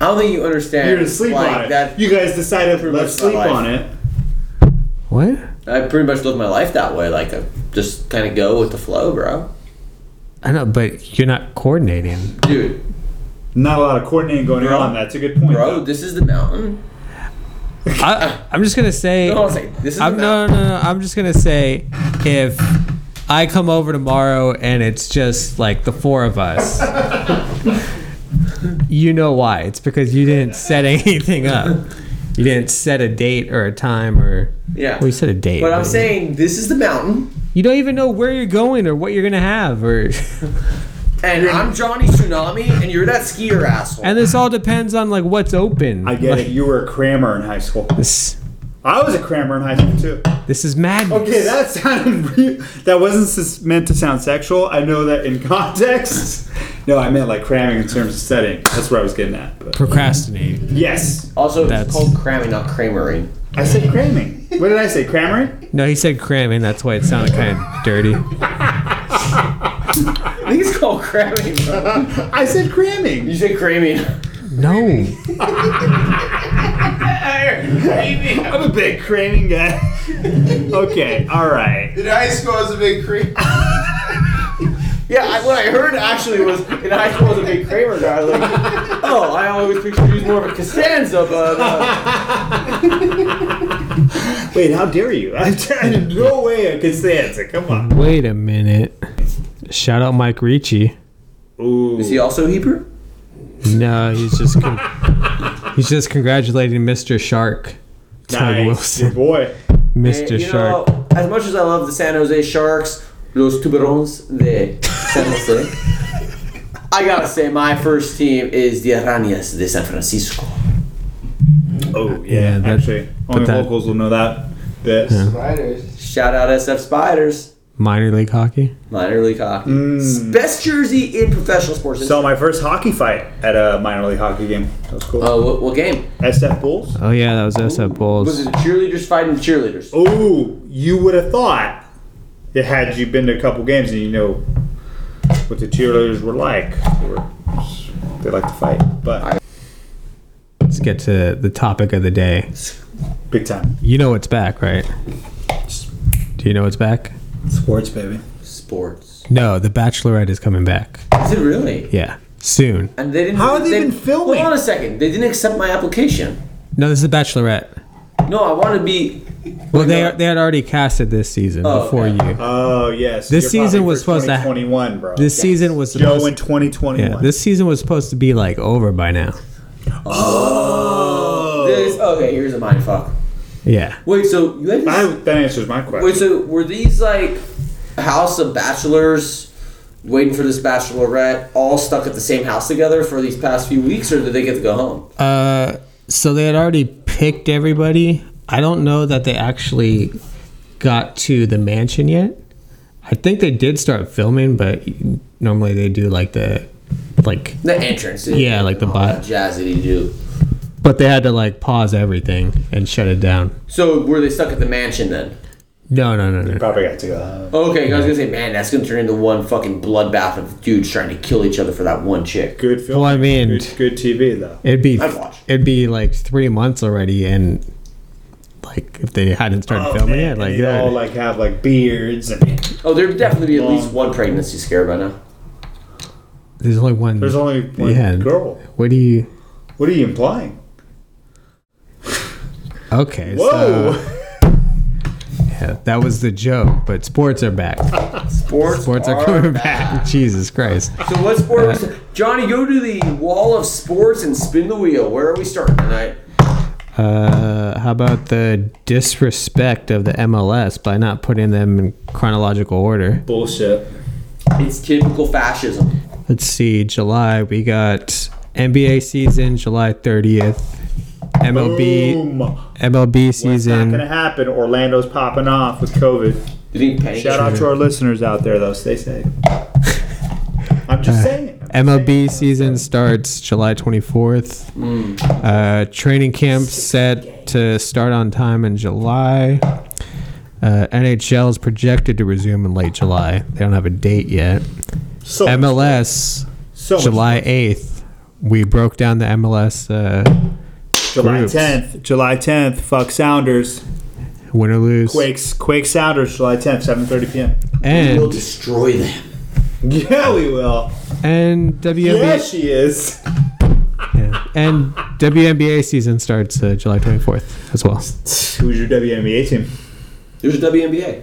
S4: I don't think you understand.
S3: You're gonna sleep
S4: like,
S3: on it.
S4: That,
S3: you guys decided
S4: pretty
S3: let's
S4: much my
S3: sleep
S4: life.
S3: on it.
S5: What?
S4: I pretty much live my life that way. Like I just kind of go with the flow, bro.
S5: I know, but you're not coordinating.
S4: Dude,
S3: Not a lot of coordinating going
S4: Bro.
S3: on. That's a good point.
S4: bro,
S3: though.
S4: this is the mountain.
S5: I, I'm just gonna say.
S4: No, I'll say, this is
S5: I'm
S4: the
S5: no,
S4: mountain.
S5: no, no. I'm just gonna say if I come over tomorrow and it's just like the four of us, you know why? It's because you didn't set *laughs* anything up. You didn't set a date or a time or.
S4: Yeah.
S5: Well, you said a date.
S4: But I'm saying this is the mountain,
S5: you don't even know where you're going or what you're gonna have or. *laughs*
S4: and I'm Johnny Tsunami, and you're that skier asshole.
S5: And this all depends on like what's open.
S3: I get it. You were a crammer in high school.
S5: This,
S3: I was a crammer in high school too.
S5: this is madness.
S3: Okay, that sounded re- that wasn't s- meant to sound sexual. I know that in context. No, I meant like cramming in terms of setting. That's where I was getting at. But
S5: procrastinate.
S3: yes,
S4: also,
S5: That's-
S4: it's called cramming, not cramering.
S3: I said cramming. What did I say? Crammering?
S5: No, he said cramming. That's why it sounded kind of dirty.
S4: I think it's called cramming. Bro.
S3: I said cramming.
S4: You *laughs* say cramming.
S5: No.
S3: I'm a big cramming guy. *laughs* okay, all right.
S2: In high school, I was a big creep.
S4: Yeah, I, what I heard actually was in high school I was a big Kramer guy. I was Like, oh, I always pictured you as more of a Costanza, but uh,
S3: Wait, how dare you? I'm trying. No way I could say it. Come on.
S5: Wait a minute. Shout out Mike Ricci.
S3: Ooh.
S4: is he also Hebrew?
S5: No, he's
S4: *laughs*
S5: just con- he's just congratulating Mr. Shark, Doug
S3: Nice. Your
S5: Wilson,
S3: boy.
S5: Mr.
S4: You
S5: Shark.
S4: know, as much as I love the San Jose Sharks, Los Tubarons de San Jose, I gotta say my first team is the Arañas de San Francisco.
S3: Oh, yeah.
S5: Yeah, that-
S3: actually, only
S5: that-
S3: locals will know that. This.
S2: Spiders.
S4: Shout out SF Spiders,
S5: Minor league hockey.
S4: minor league hockey,
S5: Mm.
S4: best jersey in professional sports.
S3: Saw my first hockey fight at a minor league hockey game. That was cool.
S4: uh, what, what game?
S3: SF Bulls.
S5: Oh yeah, that was SF
S4: Was
S5: Bulls.
S4: it cheerleaders fighting cheerleaders?
S3: Oh, you would have thought that had you been to a couple games and you know what the cheerleaders were like. They, were, they like to fight, but
S5: Let's get to the topic of the day.
S3: big time.
S5: You know it's back, right? Do you know it's back?
S3: Sports, baby.
S4: Sports.
S5: No, The Bachelorette is coming back.
S4: Is it really?
S5: Yeah, soon.
S4: And they didn't.
S3: How have they been filming?
S4: Hold on a second. They didn't accept my application.
S5: No, this is The Bachelorette.
S4: No, I want to be.
S5: Well, they they had already casted this season
S4: Oh,
S5: before
S4: okay.
S5: you.
S3: Oh yes.
S5: This season was supposed to ha-
S3: twenty one, bro.
S5: This season was supposed.
S3: Joe in twenty twenty
S5: yeah,
S3: one.
S5: this season was supposed to be like over by now.
S3: Oh.
S4: This, okay, here's a mind fuck.
S5: Yeah.
S4: Wait, so you had
S3: I,
S4: this,
S3: that answers my question.
S4: wait, so were these like House of Bachelors waiting for this Bachelorette all stuck at the same house together for these past few weeks, or did they get to go home?
S5: Uh, so they had already picked everybody. I don't know that they actually got to the mansion yet. I think they did start filming, but normally they do like the like.
S4: The entrance. Oh, didn't
S5: Yeah,
S4: they?
S5: like the
S4: All
S5: bot.
S4: that Jazzity do.
S5: But they had to like pause everything and shut it down.
S4: So were they stuck at the mansion then?
S5: No, no, no, no.
S3: Probably got to go.
S4: Okay, I was gonna say, man, that's gonna turn into one fucking bloodbath of dudes trying to kill each other for that one chick.
S3: Good film.
S5: Well, I mean,
S3: good, good TV though.
S5: it'd be
S4: I'd watch.
S5: it'd be like three months already, and like if they hadn't started filming
S3: Oh, Man,
S5: yet,
S3: and
S5: like
S3: they
S5: that.
S3: all like have like beards and
S4: Oh, there'd definitely be at least one pregnancy scare by now.
S5: there's only one.
S3: there's only one
S5: Yeah.
S3: girl.
S5: what do you?
S3: What are you implying?
S5: Okay.
S3: Whoa.
S5: So, yeah, That was the joke. But sports are back.
S4: Sports,
S5: Sports are
S4: *laughs*
S5: coming back. Jesus Christ.
S4: So what sport was Johnny? Go to the wall of sports and spin the wheel. Where are we starting tonight?
S5: Uh, how about the disrespect of the MLS by not putting them in chronological order?
S3: Bullshit.
S4: It's typical fascism.
S5: Let's see. July we got NBA season July 30th. MLB
S3: Boom.
S5: MLB
S3: It's not
S5: season.
S3: gonna happen. Orlando's popping off with COVID.
S4: You think Penny?
S3: Shout out to our listeners out there, though. Stay safe.
S5: *laughs*
S3: I'm
S5: Uh,
S3: just saying.
S5: MLB season starts July 24th.
S4: Mm.
S5: Uh, training camp set to start on time in July. Uh, NHL is projected to resume in late July. They don't have a date yet.
S3: So,
S5: MLS,
S3: so much-
S5: July 8th. We broke down the MLS uh,
S3: July
S5: groups.
S3: 10th. July 10th. Fuck Sounders.
S5: win or lose.
S3: Quakes. Quake Sounders. July 10th, 7:30 p.m.
S5: And,
S4: destroy them.
S3: Yeah, we will.
S5: and, WNBA,
S3: Yeah, she is.
S5: yeah. and WNBA season starts uh, July 24th as well.
S3: Who's your WNBA team?
S4: There's a WNBA.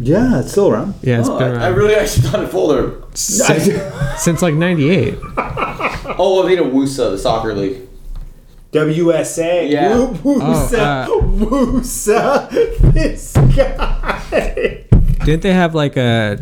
S3: Yeah, it's still around.
S5: Yeah, it's
S4: Oh,
S5: been
S4: I,
S5: around
S4: I really actually thought it folder.
S5: since, since like 98.
S4: Oh, well, they know WUSA, the soccer league.
S3: WSA.
S4: Yeah.
S3: Woo- Woosa.
S5: Oh,
S3: Woosa. This guy.
S5: Didn't they have like a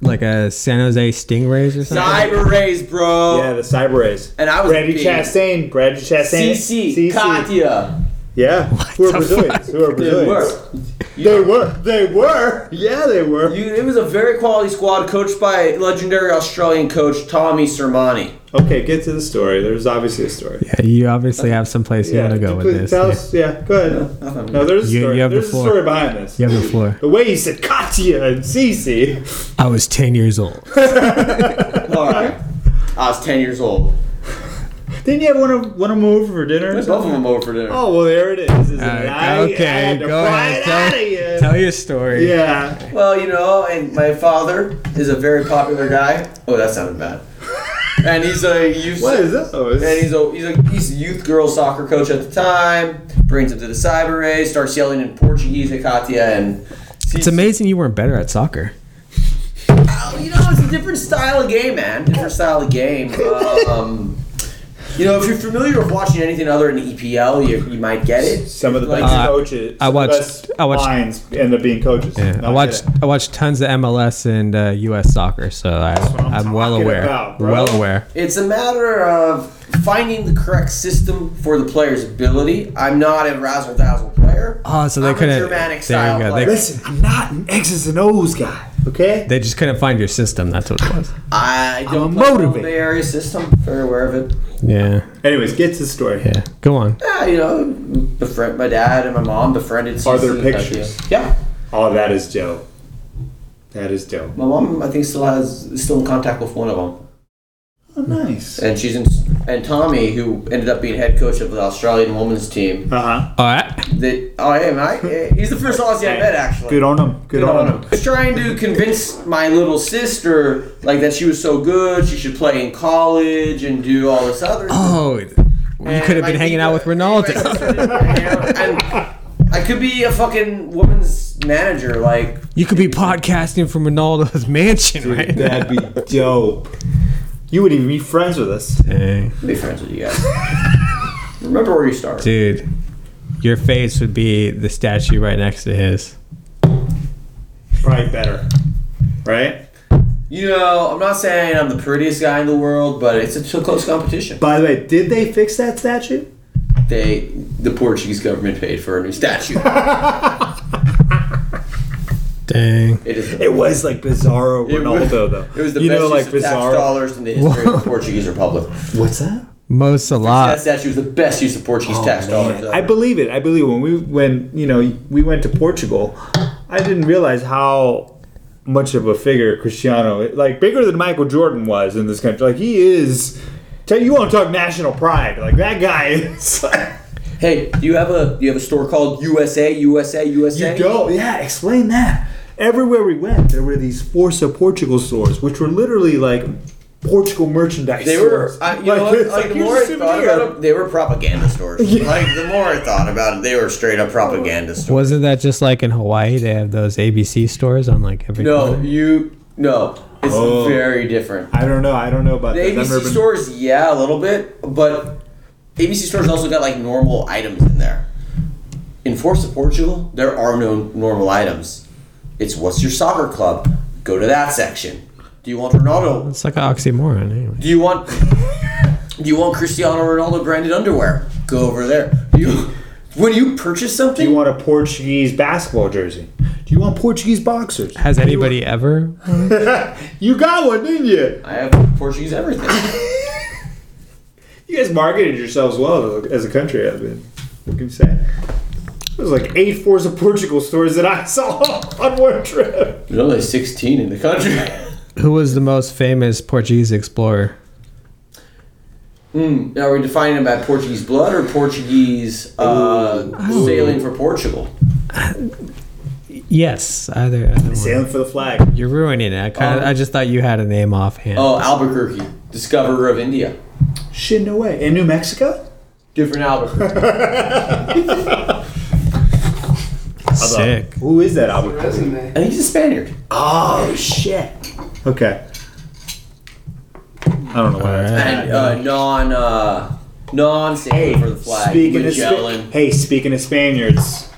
S5: like a San Jose Stingrays or something?
S4: Cyber Rays, bro.
S3: Yeah, the Cyber Rays.
S4: And I was
S3: Brady
S4: big.
S3: Chastain. Brady Chastain.
S4: CC,
S3: CC.
S4: Katya.
S5: *laughs*
S3: Yeah. Who are
S5: the
S3: Brazilians? Who are
S4: They
S3: Brazilians?
S4: were.
S3: They were. They were. Yeah, they were.
S4: You, it was a very quality squad coached by legendary Australian coach
S3: *laughs*
S4: Tommy Sermani.
S3: Okay, get to the story. There's obviously a story.
S5: Yeah, you obviously have some place you want to go with
S3: please
S5: this.
S3: Tell
S5: Yeah.
S3: us. Yeah, go ahead. No, there's a
S5: You-
S3: story.
S5: you have the
S3: there's a
S5: floor.
S3: story behind this.
S5: You have the floor.
S3: The way he said Katya and Cece.
S5: I was 10 years old.
S4: All right. I was 10 years old.
S3: Didn't you have one of one of them over for dinner? Or
S4: Both of
S3: something?
S4: them over for dinner.
S3: Oh well, there it is. This is
S5: All
S3: an
S5: right,
S3: eye. I had to pry it out of you.
S5: Tell your story.
S3: Yeah.
S4: Well, you know, and my father is a very popular guy. Oh, that sounded bad. And he's a youth.
S3: What is this?
S4: And he's a he's a he's a youth girls soccer coach at the time. Brings him to the cyber race. Starts yelling in Portuguese at Katya, and
S5: It's amazing you weren't better at soccer.
S4: Oh, you know, it's a different style of game, man. Different style of game. Um, you know, if you're familiar with watching anything other than EPL, you, you might get it.
S3: Some of the best
S5: Uh,
S3: coaches.
S5: I
S3: some of the
S5: watched-
S3: best
S5: I watched-
S3: Lions end up being coaches.
S5: I
S3: Not
S5: watched
S3: kidding.
S5: I watched tons of MLS and uh, U.S. soccer, so I,
S3: what I'm
S5: I'm, well
S3: talking
S5: aware.
S3: about, bro.
S5: well aware.
S4: It's a matter of finding the correct system for the player's ability. I'm not a razzle dazzle player.
S5: Oh, so they
S4: I'm a
S5: couldn't.
S4: Germanic
S5: there you
S4: style
S5: go.
S4: player.
S5: They,
S3: Listen, I'm not an X's and O's guy. Okay.
S5: they just couldn't find your system. That's what it was.
S4: I
S3: I'm
S4: don't
S3: a
S4: play well in
S3: motivator.
S4: the Bay Area system. Very aware of it.
S5: Yeah,
S3: Anyways, get to the story.
S5: yeah. Go on.
S4: Yeah, you know, befriend my dad and my mom befriended.
S3: Are there
S4: CC and
S3: pictures?
S4: Katya. Yeah,
S3: Oh, that is dope. That is dope.
S4: my mom I think still has is still in contact with one of them.
S3: Oh, nice. Uh
S4: and she's in, and Tommy, who ended up being head coach of the Australian women's team.
S3: huh.
S5: All right.
S4: That oh hey, man, I, he's the first Aussie I met actually.
S3: Good on him. Good,
S4: Good
S3: on,
S4: on him.
S3: him.
S4: *laughs* I was trying to convince my little sister like that she was so good, she should play in college and do all this other. stuff.
S5: Oh, you could have been hanging out with *laughs*
S4: My
S5: Ronaldo.
S4: sister didn't hang out, and I could be a fucking women's manager, like
S5: You could be podcasting from Ronaldo's mansion right now. *laughs*
S3: That'd be dope. You would even be friends with us.
S5: Dang.
S4: be friends with you guys. Remember where you started.
S5: Dude, your face would be the statue right next to his.
S3: Probably better. Right?
S4: You know, I'm not saying I'm the prettiest guy in the world, but it's a too close competition.
S3: By the way, did they fix that statue?
S4: they the Portuguese government paid for a new statue.
S5: Dang.
S4: It is.
S3: It was like Bizarro
S4: It
S3: Ronaldo,
S4: was-
S3: though.
S4: *laughs* It was the
S3: you
S4: best
S3: know, like
S4: use of tax
S3: Bizarro.
S4: dollars in the history of the Portuguese Republic.
S3: What's that?
S5: Mo
S4: That
S5: Salah.
S4: statue was the best use of Portuguese tax dollars.
S3: I believe it. I believe when we when you know we went to Portugal, I didn't realize how much of a figure Cristiano, like bigger than Michael Jordan was in this country. Like he is. Tell you want to talk national pride? Like that guy *laughs* is. Like,
S4: hey, do you have a do you have a store called USA USA USA?
S3: you don't. Yeah, explain that. Everywhere we went, there were these Forza Portugal stores, which were literally like Portugal merchandise.
S4: They were,
S3: stores.
S4: I, you know, what,
S3: it's
S4: like the
S3: here's
S4: more
S3: a
S4: I thought
S3: souvenir.
S4: about it, they were propaganda *laughs* stores. Like the more I thought about it, they were straight up propaganda stores.
S5: Wasn't that just like in Hawaii? They have those ABC stores on like every
S4: No,
S5: corner?
S4: you no. It's
S3: Oh.
S4: very different.
S3: I don't know. I don't know about
S4: The
S3: that. I've
S4: ABC
S3: never been-
S4: stores, yeah, a little bit, but ABC stores also got like normal items in there. In Forza Portugal, there are no normal items. It's what's your soccer club? Go to that section. Do you want Ronaldo?
S5: It's like an oxymoron, anyway.
S4: Do you want Do you want Cristiano Ronaldo branded underwear? Go over there. Do you when you purchase
S3: Do
S4: something,
S3: you want a Portuguese basketball jersey? Do you want Portuguese boxers?
S5: Has anybody ever?
S3: You got one, didn't you?
S4: I have Portuguese everything.
S3: You guys marketed yourselves well as a country. I mean, what can you say? It was like eight fours of Portugal stores that I *laughs* saw on one trip.
S4: There's only 16 in the country.
S5: Who was the most famous Portuguese explorer?
S4: Hmm. Now, are we defining it by Portuguese blood or Portuguese uh, sailing for Portugal?
S5: Yes, either. either one.
S3: Sailing for the flag.
S5: You're ruining it. I, kinda,
S4: Oh.
S5: I just thought you had a name offhand.
S4: Oh, Albuquerque, discoverer of India.
S3: Shit, no way. In New Mexico?
S4: Different Albuquerque.
S5: Sick.
S3: Who is that Albuquerque?
S4: I
S2: Resume.
S4: think *laughs* he's a Spaniard.
S3: Oh shit. Okay. I don't know why. that's
S4: And uh, non, uh, non sailing for the flag.
S3: Speaking of
S4: Magellan.
S3: Spa- hey, speaking of Spaniards,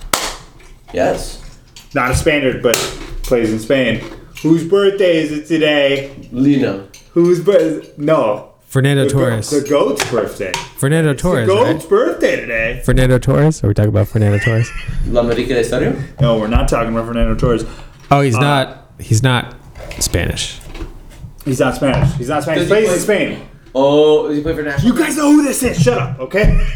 S4: yes.
S3: not a Spaniard, but plays in Spain. Whose birthday is it today?
S4: Lino.
S3: Whose birthday? No,
S5: Fernando
S3: the, go-
S5: Torres.
S3: the goat's birthday.
S5: Fernando
S3: The
S5: Torres,
S3: goat's
S5: right?
S3: birthday today.
S5: Fernando Torres? Are we talking about Fernando Torres?
S4: La Marica de Estadio.
S3: No, we're not talking about Fernando Torres.
S5: Oh,
S3: Uh,
S5: he's not. He's not Spanish.
S3: He's not Spanish. He's not Spanish.
S4: Does
S3: He
S4: he
S3: plays in
S4: play-
S3: Spain.
S4: Oh, does he play for national?
S3: You guys know who this is. Shut up, okay?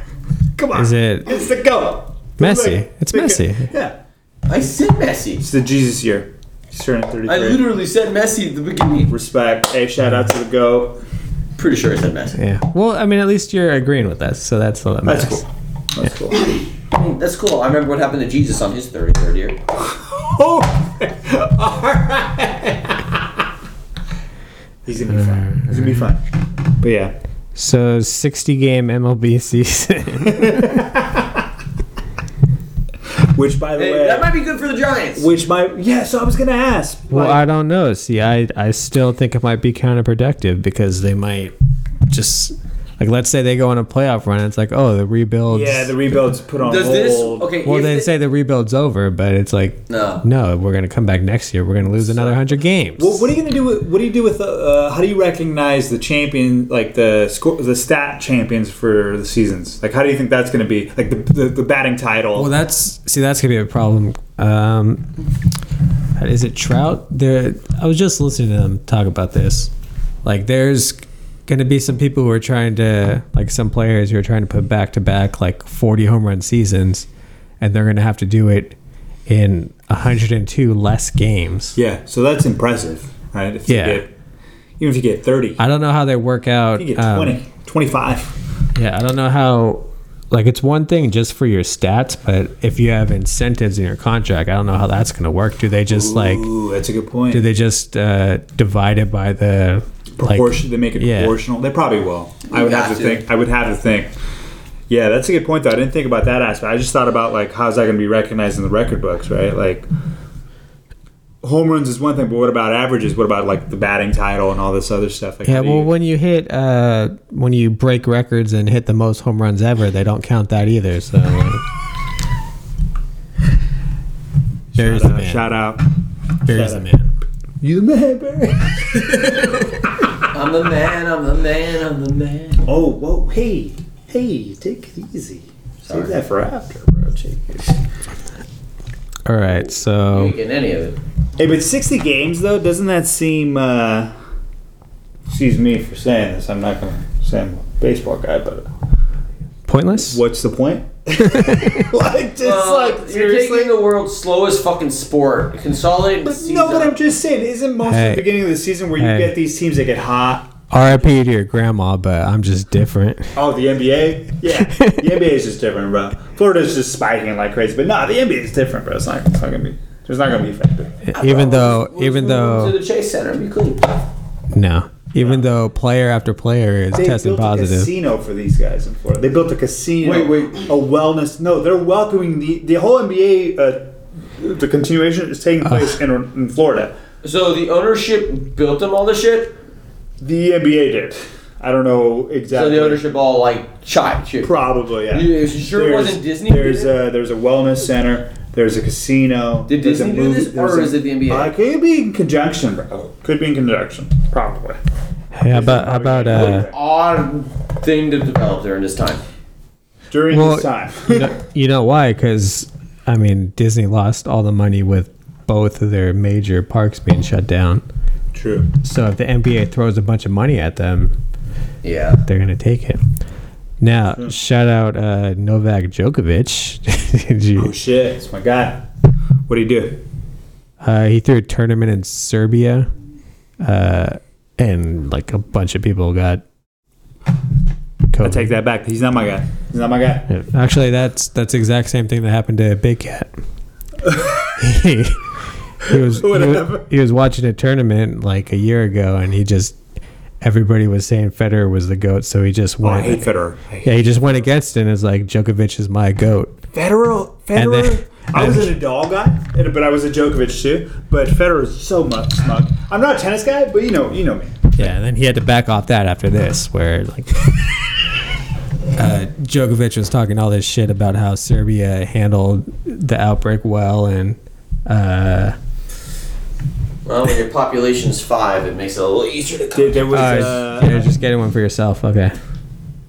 S3: *laughs* Come on.
S5: Is it
S3: It's the goat.
S5: Messi?
S3: Look,
S5: It's
S3: look at-
S5: Messi.
S3: Yeah.
S4: I said Messi.
S3: It's the Jesus year. He's turning 33.
S4: I literally said Messi at the beginning.
S3: Respect. Hey, shout out to the GOAT.
S4: Pretty sure I said Messi.
S5: Yeah. Well, I mean, at least you're agreeing with us, so that's all that
S3: That's
S5: matters.
S3: cool. That's cool.
S4: Hmm, That's cool. I remember what happened to Jesus on his 33rd year.
S3: Oh, *laughs* all right. He's gonna be fine. He's gonna be fine. But yeah,
S5: So, 60 game MLB *laughs* season.
S3: which by the
S4: Hey,
S3: way,
S4: that might be good for the Giants.
S3: which my yeah. So I was gonna ask.
S5: well, I
S3: like,
S5: don't know. See, I I still think it might be counterproductive because they might just like let's say they go on a playoff run. It's like oh the rebuild.
S3: yeah, the rebuild's put on
S4: Does
S3: hold.
S4: this okay?
S5: well
S4: if
S5: they
S4: the-
S5: say the rebuild's over, but it's like
S4: no.
S5: no, we're gonna come back next year. We're gonna lose another hundred games.
S3: Well, what are you gonna do? With, what do you do with? Uh, uh, how do you recognize the champion, like the score, the stat champions for the seasons? Like, how do you think that's gonna be? Like the the, the batting title.
S5: Well, Oh, that's see, that's gonna be a problem. Um, is it Trout? There, I was just listening to them talk about this. Like, there's gonna be some people who are trying to, like, some players who are trying to put back to back like 40 home run seasons, and they're gonna have to do it in 102 less games.
S3: yeah, so that's impressive, right? If
S5: Yeah.
S3: you get, even if you get thirty,
S5: I don't know how they work out.
S3: you get
S5: um,
S3: 20, 25.
S5: Yeah, I don't know how. Like, it's one thing just for your stats, but if you have incentives in your contract, I don't know how that's going to work. Do they just like
S3: Ooh, that's a good point.
S5: Do they just uh, divide it by the like?
S3: proportion? they make it
S5: yeah.
S3: proportional. They probably will. I would have
S4: got
S3: to,
S4: to.
S3: think. I would have to think. Yeah, that's a good point though. I didn't think about that aspect. I just thought about like how's that going to be recognized in the record books, right? Like home runs is one thing, but what about averages? What about like the batting title and all this other stuff? Like,
S5: Yeah,
S3: how do
S5: well,
S3: you-
S5: when you hit uh, when you break records and hit the most home runs ever, they don't count that either.
S3: *laughs*
S5: So like, Barry's the
S3: shout out,
S5: man.
S3: shout out.
S5: Barry's the man.
S3: You the man, Barry.
S4: I'm the man, I'm the man, I'm the man.
S3: Oh, whoa, hey, hey, take it easy. Save that for after, bro. Take it.
S5: *laughs* All right,
S4: You
S5: so
S4: ain't getting any of it.
S3: Hey, but 60 games though, doesn't that seem uh excuse me for saying this. I'm not going to say I'm a baseball guy, but
S5: pointless.
S3: what's the point? *laughs* like just
S4: Uh,
S3: like
S4: you're taking
S3: seriously.
S4: the world's slowest fucking sport, consolidating the
S3: But
S4: season.
S3: no, but I'm just saying, isn't most of
S5: Hey.
S3: the beginning of the season where you
S5: Hey.
S3: get these teams that get hot?
S5: R.I.P. to your grandma, but I'm
S3: *laughs*
S5: just different.
S3: Oh, the NBA? Yeah. the NBA is just different, bro. Florida's just spiking like crazy. But no, the NBA is different, bro. It's not, it's not going to be there's not going to be a factor.
S5: Even though, even
S4: Let's move
S5: though,
S4: to the Chase Center, be cool.
S5: no. even though player after player is
S3: They
S5: testing
S3: built a
S5: positive.
S3: casino for these guys in Florida. They built a casino.
S2: Wait, wait.
S3: A wellness. No, they're welcoming the the whole NBA. Uh, the continuation is taking place in, in Florida.
S4: So the ownership built them all the shit.
S3: The NBA did. I don't know
S4: So
S3: exactly.
S4: the ownership all like chive shit.
S3: Probably yeah.
S4: You- you sure it wasn't Disney who
S3: There's
S4: did it?
S3: a there's a wellness center. There's a casino.
S4: Did
S3: there's
S4: Disney
S3: a
S4: do
S3: movie-
S4: this,
S3: there's
S4: or
S3: a-
S4: is it the NBA?
S3: Uh, could be in conjunction. bro. Could be in conjunction. Probably.
S5: Yeah, how about how about uh,
S4: Odd thing to develop during this time.
S3: During
S5: Well,
S3: this time.
S5: you know, you know why? Because I mean, Disney lost all the money with both of their major parks being shut down.
S3: *laughs* True.
S5: So if the NBA throws a bunch of money at them,
S4: Yeah.
S5: they're gonna take it. Now,
S3: Hmm.
S5: shout out uh, Novak Djokovic. *laughs* Did you-
S3: Oh shit! It's my guy. What do you do? Oh.
S5: Uh, he threw a tournament in Serbia, uh, and like a bunch of people got. COVID.
S3: I take that back. He's not my guy. He's not my guy.
S5: Yeah. Actually, that's that's the exact same thing that happened to Big Cat. he, he was he,
S3: *laughs* Whatever.
S5: wa- he was watching a tournament like a year ago, and he just everybody was saying Federer was the goat, so he just
S3: Oh, I
S5: went.
S3: hate Federer. I hate
S5: yeah, he just went against it. and It's like Djokovic is my goat.
S3: Federer.
S5: And
S3: Federer.
S5: then-
S3: I was a Nadal guy, and- but I was a Djokovic too. But Federer is so much smug. I'm not a tennis guy, but you know, you know me.
S5: Yeah, and then he had to back off that after this, where *laughs* like uh, Djokovic was talking all this shit about how Serbia handled the outbreak well, and uh,
S4: Well, when your population's five, it makes it a little easier to
S3: There,
S4: come.
S3: there was.
S5: uh,
S3: Uh,
S5: you're just getting one for yourself. Okay,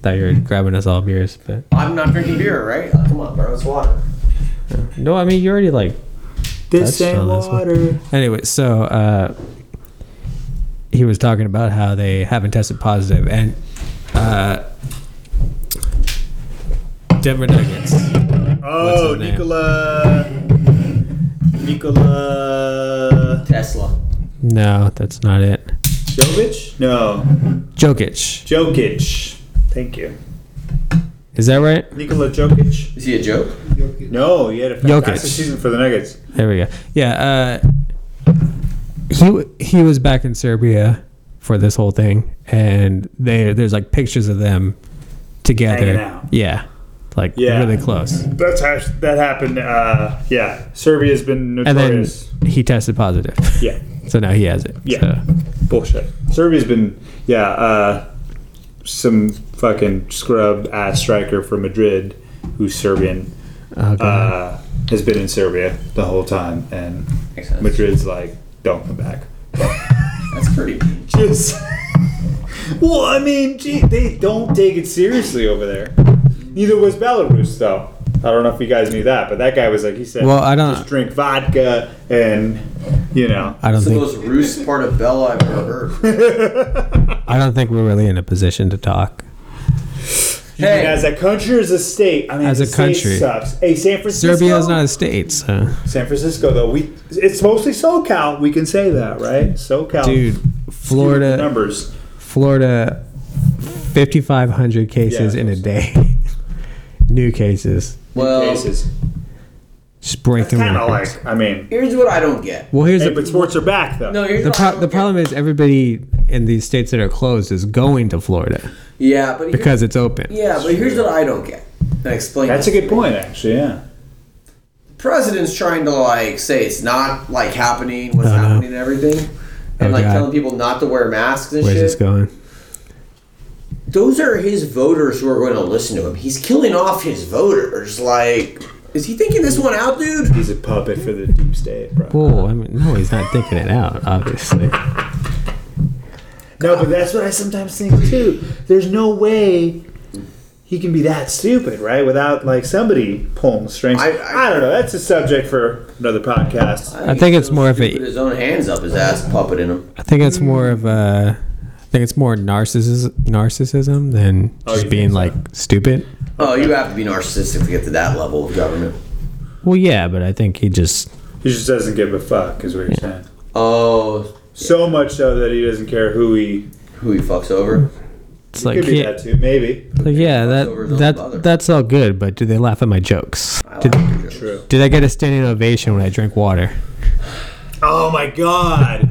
S5: thought you were grabbing us all beers, but
S4: I'm not drinking beer, right? Oh, Come on, bro, it's water.
S5: no, I mean you already like
S3: this
S5: touched
S3: ain't
S5: on this one.
S3: water.
S5: Anyway, so uh, he was talking about how they haven't tested positive, and uh, Denver Nuggets.
S3: Oh,
S5: his name?
S3: Nicola. Nicola.
S4: Tesla.
S5: No, that's not it.
S3: Jovic? No.
S5: Jokic,
S3: Jokic. Thank you.
S5: is that right?
S3: Nikola Jokic?
S4: Is he a joke?
S3: No, he had a fantastic
S5: Jokic.
S3: season for the Nuggets.
S5: There we go. Yeah, uh, he he was back in Serbia for this whole thing, and they there's like pictures of them together.
S3: Hanging out.
S5: Yeah, like
S3: Yeah.
S5: really close.
S3: That's actually, that happened. Uh, yeah, Serbia's been
S5: And then
S3: notorious.
S5: he tested positive.
S3: yeah,
S5: *laughs* So now he has it.
S3: Yeah.
S5: So.
S3: bullshit. Serbia's been yeah, uh, some fucking scrub ass striker from Madrid who's Serbian
S5: Oh, God.
S3: uh, has been in Serbia the whole time, and
S4: Makes sense.
S3: Madrid's like, don't come back. *laughs*
S4: That's pretty.
S3: Just well, I mean, gee, they don't take it seriously over there. Neither was Belarus, though. I don't know if you guys knew that, but that guy was like, he said,
S5: well, I
S3: just
S5: don't.
S3: drink vodka and you know.
S5: I don't
S4: That's the
S5: think
S4: most roost part of Bella I've ever heard.
S5: I don't think we're really in a position to talk.
S3: You mean
S4: Hey.
S3: as a country or as a state? I mean,
S5: As
S3: the
S5: a
S3: state
S5: country.
S3: sucks. Hey, San Francisco.
S5: Serbia is not a state, so
S3: San Francisco, though. We it's mostly SoCal. We can say that, right? SoCal,
S5: dude. Florida,
S3: numbers.
S5: Florida, 5,500 cases
S3: Yeah,
S5: in a
S3: that's-
S5: day. *laughs* New cases.
S4: Well,
S3: cases.
S5: Just breaking
S3: Kind of
S5: records.
S3: like, I mean,
S4: here's what I don't get.
S5: well, here's
S3: hey,
S5: the-
S3: but sports are back though.
S4: No, here's
S5: the,
S4: what I
S5: pro-
S4: don't
S5: the
S4: get.
S5: problem is everybody in these states that are closed is going to Florida
S4: Yeah, but here's-
S5: because it's open.
S4: yeah, but here's what I don't get. And explain.
S3: That's a
S4: this
S3: good
S4: to me.
S3: point, actually. Yeah.
S4: president's trying to like say it's not like happening, what's
S5: Oh, No, no.
S4: happening, and everything, and
S5: Oh,
S4: like
S5: God.
S4: telling people not to wear masks and
S5: Where's this
S4: shit.
S5: going?
S4: Those are his voters who are going to listen to him. He's killing off his voters. Like, is he thinking this one out, dude?
S3: He's a puppet for the deep state, bro.
S5: Whoa, I mean, no, he's not thinking it out, obviously.
S3: No, but that's what I sometimes think too. There's no way he can be that stupid, right? Without like somebody pulling the strings.
S4: I-
S3: I,
S4: I-
S3: don't know. That's a subject for another podcast.
S5: I think it's more of
S4: Put
S5: a.
S4: his own hands up his ass, puppeting him.
S5: I think it's more of a. I think it's more narcissism, narcissism than
S3: Oh,
S5: just
S3: you
S5: being
S3: think so?
S5: like stupid.
S4: Oh, you have to be narcissistic to get to that level of government.
S5: Well, yeah, but I think he just.
S3: He just doesn't give a fuck, is what you're saying.
S4: Oh,
S3: So much so that he doesn't care who he.
S4: who he fucks over?
S5: It's like,
S3: could be
S5: yeah,
S3: that too, maybe.
S5: like, yeah,
S4: over his own
S5: that
S4: brother.
S5: that that's all good, but do they laugh at my jokes?
S4: I
S5: Did,
S4: like your jokes.
S3: True.
S5: did I get a standing ovation when I drink water?
S3: Oh my god!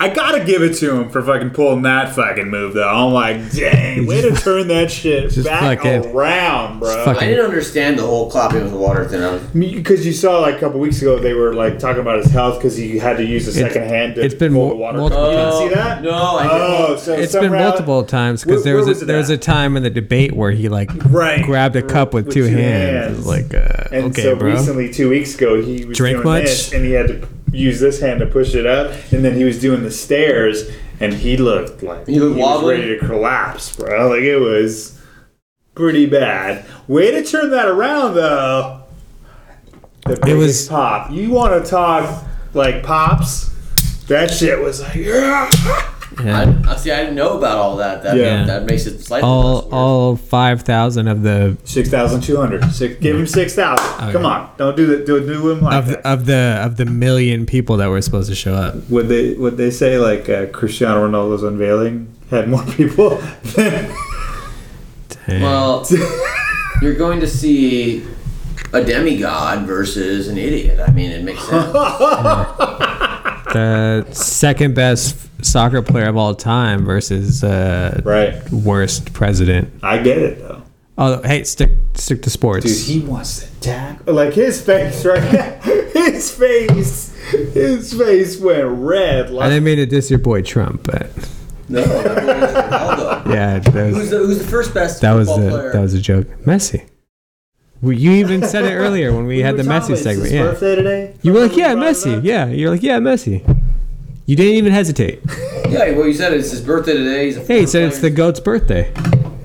S3: I gotta give it to him for fucking pulling that fucking move though. I'm like, dang, way
S5: *laughs*
S3: to turn that shit
S5: Just
S3: back
S5: fucking-
S3: around, bro.
S5: fucking-
S4: I didn't understand the whole clapping with the water thing. I was-
S3: Because you saw like a couple weeks ago, they were like talking about his health because he had to use a
S5: It's-
S3: second hand to
S5: it's been
S3: pull
S5: mul-
S3: the water.
S5: multiple
S3: you didn't
S4: times.
S3: see that?
S4: No, I
S3: oh,
S4: didn't.
S3: So
S5: It's been
S3: somehow-
S5: multiple times
S3: Where-
S5: because there was,
S3: where
S5: a, there was
S3: it
S5: a
S3: at?
S5: time in the debate where he like
S3: Right.
S5: grabbed a cup with, two, hands. It's Like, uh,
S3: and
S5: okay,
S3: so
S5: bro.
S3: recently, two weeks ago, he was
S5: Drink
S3: doing
S5: much?
S3: this, and he had to use this hand to push it up, and then he was doing the stairs, and he looked like
S4: He looked
S3: was
S4: wobbly?
S3: ready to collapse, bro. Like it was pretty bad. Way to turn that around, though. The biggest
S5: was-
S3: pop. You want to talk like pops? That shit was like, yeah.
S5: Yeah.
S4: I, I Uh, see. I didn't know about all that. That
S3: Yeah.
S4: that makes it slightly less
S5: all
S4: weird.
S5: all five thousand of the
S3: 6,200. Six, give him 6,000. Come on. Don't do that. Don't do him like
S5: Oh, of
S3: that.
S5: the, of the of the million people that were supposed to show up.
S3: Would they would they say like uh, Cristiano Ronaldo's unveiling had more *laughs* people? than-
S5: *laughs*
S4: Well, you're going to see a demigod versus an idiot. I mean, it makes
S5: *laughs*
S4: sense.
S5: the second best soccer player of all time versus uh,
S3: *laughs* right.
S5: worst president.
S3: I get it though.
S5: Oh, hey, stick stick to sports.
S3: Dude, he wants to tackle like his face right *laughs* now. His face, his face went red.
S5: I
S3: Like
S5: didn't mean to diss your boy Trump, but
S4: No, that was Ronaldo.
S5: yeah, that
S4: Who's
S5: was
S4: the, who's the first best
S5: that was
S4: football
S5: a,
S4: player?
S5: that was a joke. Messi. Well, you even said it earlier when we, had the
S3: were talking
S5: Messi
S3: about, it's
S5: segment.
S3: his
S5: Yeah,
S3: Birthday today.
S5: you were like, yeah,
S3: Remember we brought it
S5: Messi.
S3: up?
S5: Yeah, you're like, yeah, Messi. You didn't even hesitate.
S4: yeah, well, you said it's his birthday today. He's a
S5: Hey, he
S4: former
S5: said it's the
S4: player.
S5: goat's birthday.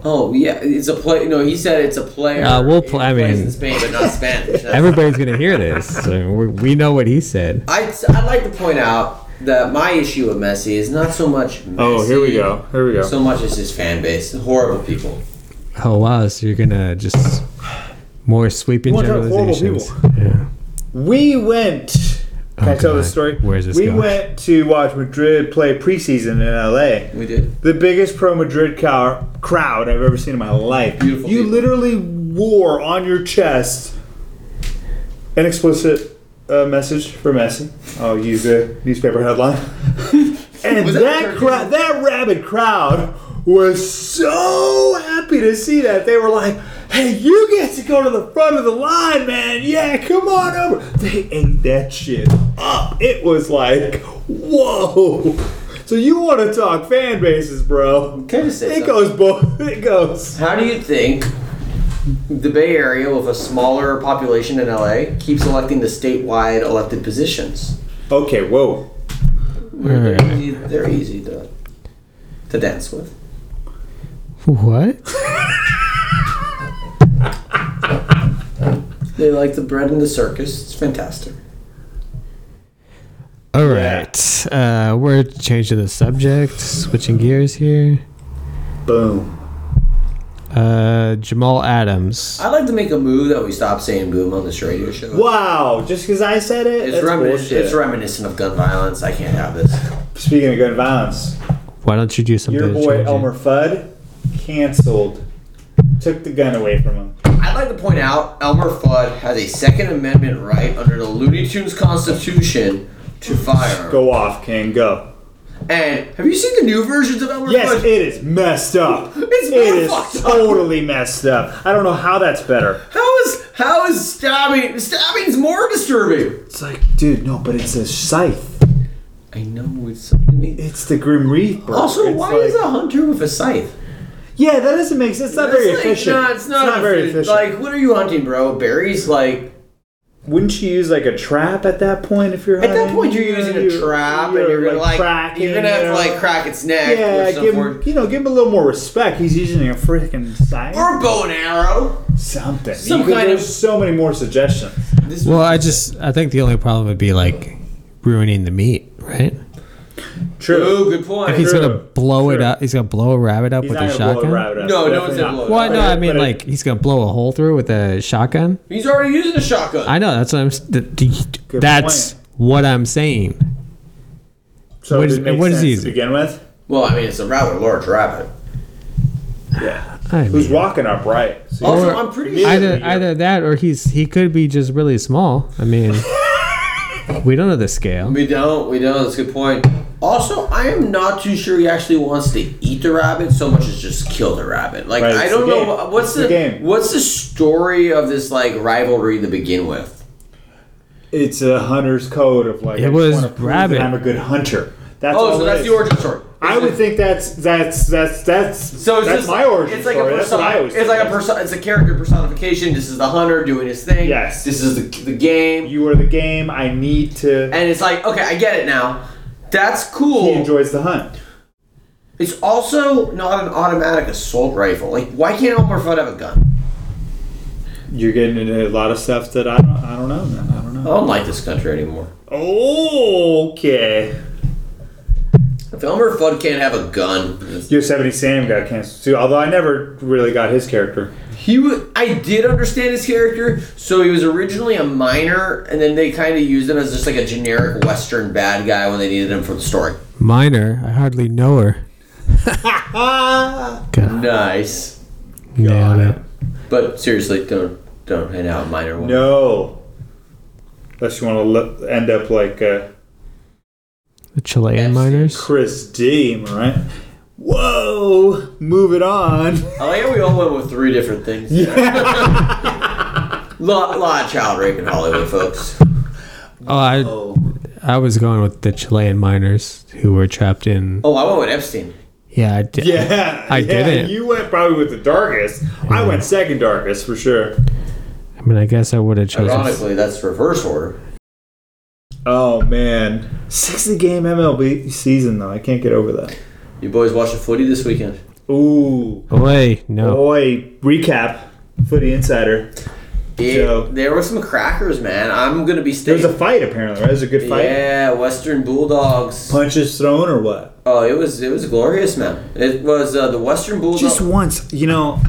S4: Oh yeah, it's a play. No, he said it's a player.
S5: Uh, we'll
S4: He
S5: pl- I
S4: plays
S5: mean-
S4: in Spain, but
S5: *laughs*
S4: not Spanish.
S5: Everybody's gonna hear this. So we we know what he said.
S4: I I'd like to point out that my issue with Messi is not so much. Messi,
S3: Oh, here we go. Here we go.
S4: So much as his fan base, horrible people.
S5: Oh wow, so you're gonna just more sweeping
S3: wanna talk horrible
S5: generalizations. Yeah.
S3: We went. Can I
S5: Oh,
S3: tell
S5: God.
S3: this story?
S5: Where's this
S3: We
S5: going?
S3: went to watch Madrid play preseason in LA.
S4: We did.
S3: the biggest pro Madrid cow- crowd I've ever seen in my life.
S4: Beautiful
S3: you
S4: people.
S3: literally wore on your chest an explicit uh, message for Messi. I'll use the newspaper headline. *laughs* and
S4: Was that
S3: that
S4: Turkish?
S3: crowd, that rabid crowd, was so happy to see that. They were like, "Hey, you get to go to the front of the line, man! Yeah, come on over." They ate that shit up. It was like, whoa. So you want to talk fan bases, bro?
S4: Can I just say
S3: It
S4: something?
S3: goes both. It goes.
S4: How do you think the Bay Area with a smaller population in LA keeps electing the statewide elected positions?
S3: Okay, whoa.
S4: They're easy, they're easy to, to dance with.
S5: What?
S4: They like the bread and the circus. It's fantastic.
S5: All right. Uh, we're changing the subject, switching gears here.
S3: Boom.
S5: Uh, Jamal Adams.
S4: I'd like to make a move that we stop saying boom on this radio show.
S3: Wow. Just because I said it,
S4: It's,
S3: that's
S4: reminiscent,
S3: bullshit.
S4: it's reminiscent of gun violence. I can't have this.
S3: Speaking of gun violence,
S5: Why don't you do something?
S3: Your
S5: to
S3: boy
S5: change it?
S3: Elmer Fudd canceled, took the gun away from him.
S4: I'd like to point out Elmer Fudd has a Second Amendment right under the Looney Tunes Constitution to fire.
S3: Go off, King, go.
S4: And have you seen the new versions of Elmer
S3: Yes,
S4: Fudd?
S3: it is messed up.
S4: *laughs* It's
S3: it
S4: more
S3: is
S4: fucked up.
S3: totally messed up. I don't know how that's better.
S4: How is how is stabbing stabbing's more disturbing?
S3: It's like, dude, no, but it's a scythe.
S4: I know it's something.
S3: It's the Grim Reaper.
S4: Also,
S3: It's
S4: why
S3: like-
S4: is a hunter with a scythe?
S3: Yeah, that doesn't make sense. It's not
S4: That's
S3: very
S4: like-
S3: efficient.
S4: nah, it's not,
S3: very
S4: efficient.
S3: efficient.
S4: Like, what are you hunting, bro? Berries? Like,
S3: Wouldn't you use like a trap at that point if you're
S4: at that
S3: hunting?
S4: point, you're using a
S3: You're-
S4: trap, and you're gonna like,
S3: cracking,
S4: you're gonna have
S3: you
S4: to
S3: know?
S4: like crack its neck
S3: Yeah,
S4: or
S3: give
S4: something.
S3: him, you know, give him a little more respect. He's using a freaking scythe.
S4: Or a bow and arrow.
S3: something.
S4: Some
S3: You could-
S4: kind
S3: there's
S4: of-
S3: so many more suggestions.
S4: This
S5: Well, I just I think the only problem would be like ruining the meat, right?
S4: Ooh, good point.
S5: He's
S3: True.
S5: gonna blow it
S3: True.
S5: up. He's gonna blow a rabbit up
S3: He's
S5: with
S3: not
S5: a
S3: gonna blow a
S5: shotgun.
S3: rabbit up.
S4: No, no
S3: Definitely
S4: one's gonna
S3: not.
S4: blow it
S5: Well,
S4: up.
S5: no,
S3: But
S5: I
S3: it-
S5: mean
S3: but it-
S5: like he's gonna blow a hole through with a shotgun.
S4: He's already using a shotgun.
S5: I know that's what I'm. s- th- th-
S3: Good
S5: that's
S3: point.
S5: what I'm saying.
S3: So
S5: what is-
S3: it makes
S5: what is
S3: sense
S5: easy?
S3: to begin with?
S4: well, I mean, it's a rather large rabbit.
S3: Yeah.
S5: I
S3: Who's
S5: mean,
S3: walking upright? So you-
S4: Also,
S5: Or-
S4: I'm pretty sure.
S5: either either that or he's he could be just
S3: *laughs*
S5: really small. I mean, we don't know the scale.
S4: We don't. We don't. That's a good point. Also, I am not too sure he actually wants to eat the rabbit so much as just kill the rabbit. Like
S3: Right,
S4: I
S3: it's
S4: don't
S3: the
S4: know
S3: game.
S4: wha- what's
S3: It's
S4: the,
S3: the game.
S4: what's the story of this like rivalry to begin with.
S3: It's a hunter's code of like
S5: It
S3: I just
S5: was
S3: wanna prove that
S5: rabbit.
S3: I'm a good hunter. That's
S4: Oh,
S3: all
S4: so
S3: it
S4: that's
S3: is.
S4: the origin story.
S3: I would think that's that's that's that's
S4: So it's
S3: that's
S4: just
S3: my origin
S4: It's like
S3: story.
S4: a
S3: that's what
S4: person.
S3: I always.
S4: It's
S3: think.
S4: like a person. It's a character personification. This is the hunter doing his thing.
S3: Yes.
S4: This is the, the game.
S3: You are the game. I need to.
S4: and it's like, okay, I get it now. That's
S3: he
S4: cool.
S3: enjoys the hunt.
S4: It's also not an automatic assault rifle. Like, why can't Omar Fudd have a gun?
S3: You're getting into a lot of stuff that I don't, I don't know, man. I don't
S4: I
S3: know.
S4: don't like this country anymore.
S3: Oh, okay.
S4: If Elmer Fudd can't have a gun,
S3: Yosemite Sam got canceled too. Although I never really got his character.
S4: he wa- I did understand his character. So he was originally a miner, and then they kind of used him as just like a generic Western bad guy when they needed him for the story.
S5: Minor, I hardly know
S3: *laughs*
S5: her.
S4: Nice,
S5: Nailed it.
S4: but seriously, don't don't hand out minor one.
S3: No. Unless you want to le- end up like uh,
S5: The Chilean miners.
S3: Chris D, am I right? Whoa! Move it on. *laughs*
S4: I like how we all went with three different things. lot, lot of child rape in Hollywood, folks.
S5: Oh, I I was going with the Chilean miners who were trapped in.
S4: Oh, I went with Epstein.
S5: Yeah, I did.
S3: Yeah,
S5: I
S3: yeah,
S5: didn't.
S3: You went probably with the darkest. I went second darkest for sure.
S5: I mean, I guess I would have chosen.
S4: Ironically, that's reverse order.
S3: Oh man, sixty game MLB season though. I can't get over that.
S4: You boys watching footy this weekend?
S3: Ooh,
S5: Away,
S3: Oh.
S5: no.
S3: boy, recap. Footy Insider. Joe.
S4: Yeah, there were some crackers, man. I'm gonna be
S3: There was
S4: staying.
S3: a fight apparently. Right? It was a good fight.
S4: yeah, Western Bulldogs.
S3: Punches thrown or what?
S4: Oh, it was it was glorious, man. It was uh, the Western Bulldogs.
S3: Just once, you know.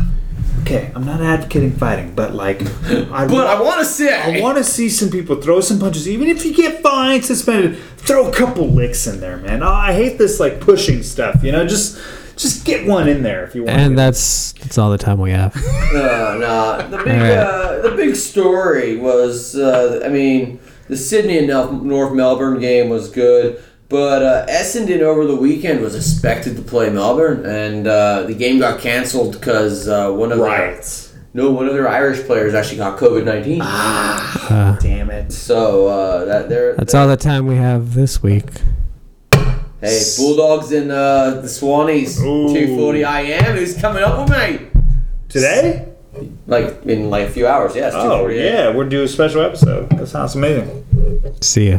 S3: Okay, I'm not advocating fighting, but like, I
S4: but I want to say
S3: I want to see some people throw some punches, even if you get fined, suspended. Throw a couple licks in there, man. Oh, I hate this like pushing stuff. You know, just just get one in there if you want.
S5: And that's that's all the time we have.
S4: Uh, nah, the big
S5: Alright.
S4: uh, the big story was uh, I mean the Sydney and Nor- North Melbourne game was good, but uh, Essendon over the weekend was expected to play Melbourne, and uh, the game got cancelled because uh, one of
S3: riots.
S4: their, no one of their Irish players actually got COVID nineteen.
S3: Ah, Damn it.
S4: So uh, that they're
S5: That's all the time we have this week.
S4: hey Bulldogs and uh, the Swannies
S3: Ooh.
S4: two forty I am who's coming up with me
S3: Today?
S4: like in like a few hours. Yes, two
S3: Oh
S4: forty.
S3: yeah, we're doing a special episode. That sounds amazing.
S5: See ya.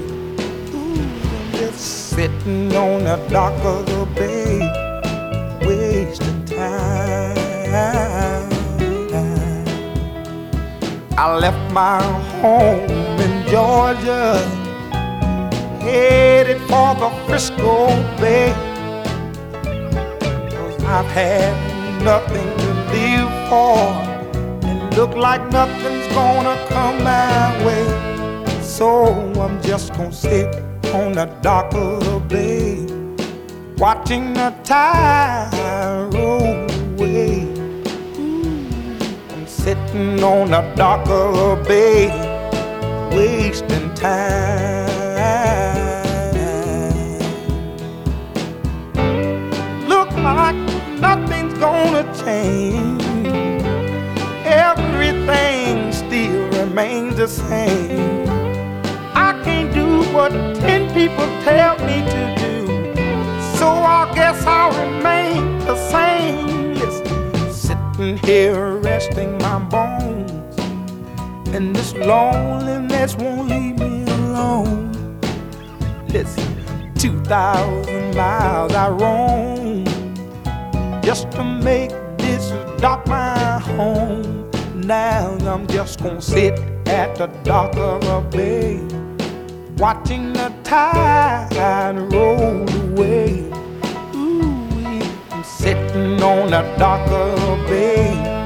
S6: Ooh, just sitting on the dock of the bay, wasting time. I left my home in Georgia, headed for the Frisco Bay. Cause I've had nothing to live for, and look like nothing's gonna come my way. So I'm just gonna sit on the dock of the bay, watching the tide roll away. Ooh, I'm sitting on the dock of the bay, wasting time. Look like nothing's gonna change. Everything still remains the same. I can't do what ten people tell me to do. So I guess I'll remain the same. Yes, sitting here resting my bones. And this loneliness won't leave me alone. Listen, 2,000 miles I roam just to make this dock my home. And now I'm just gonna sit at the dock of a bay, watching the tide roll away. Ooh, I'm sitting on the dock of a bay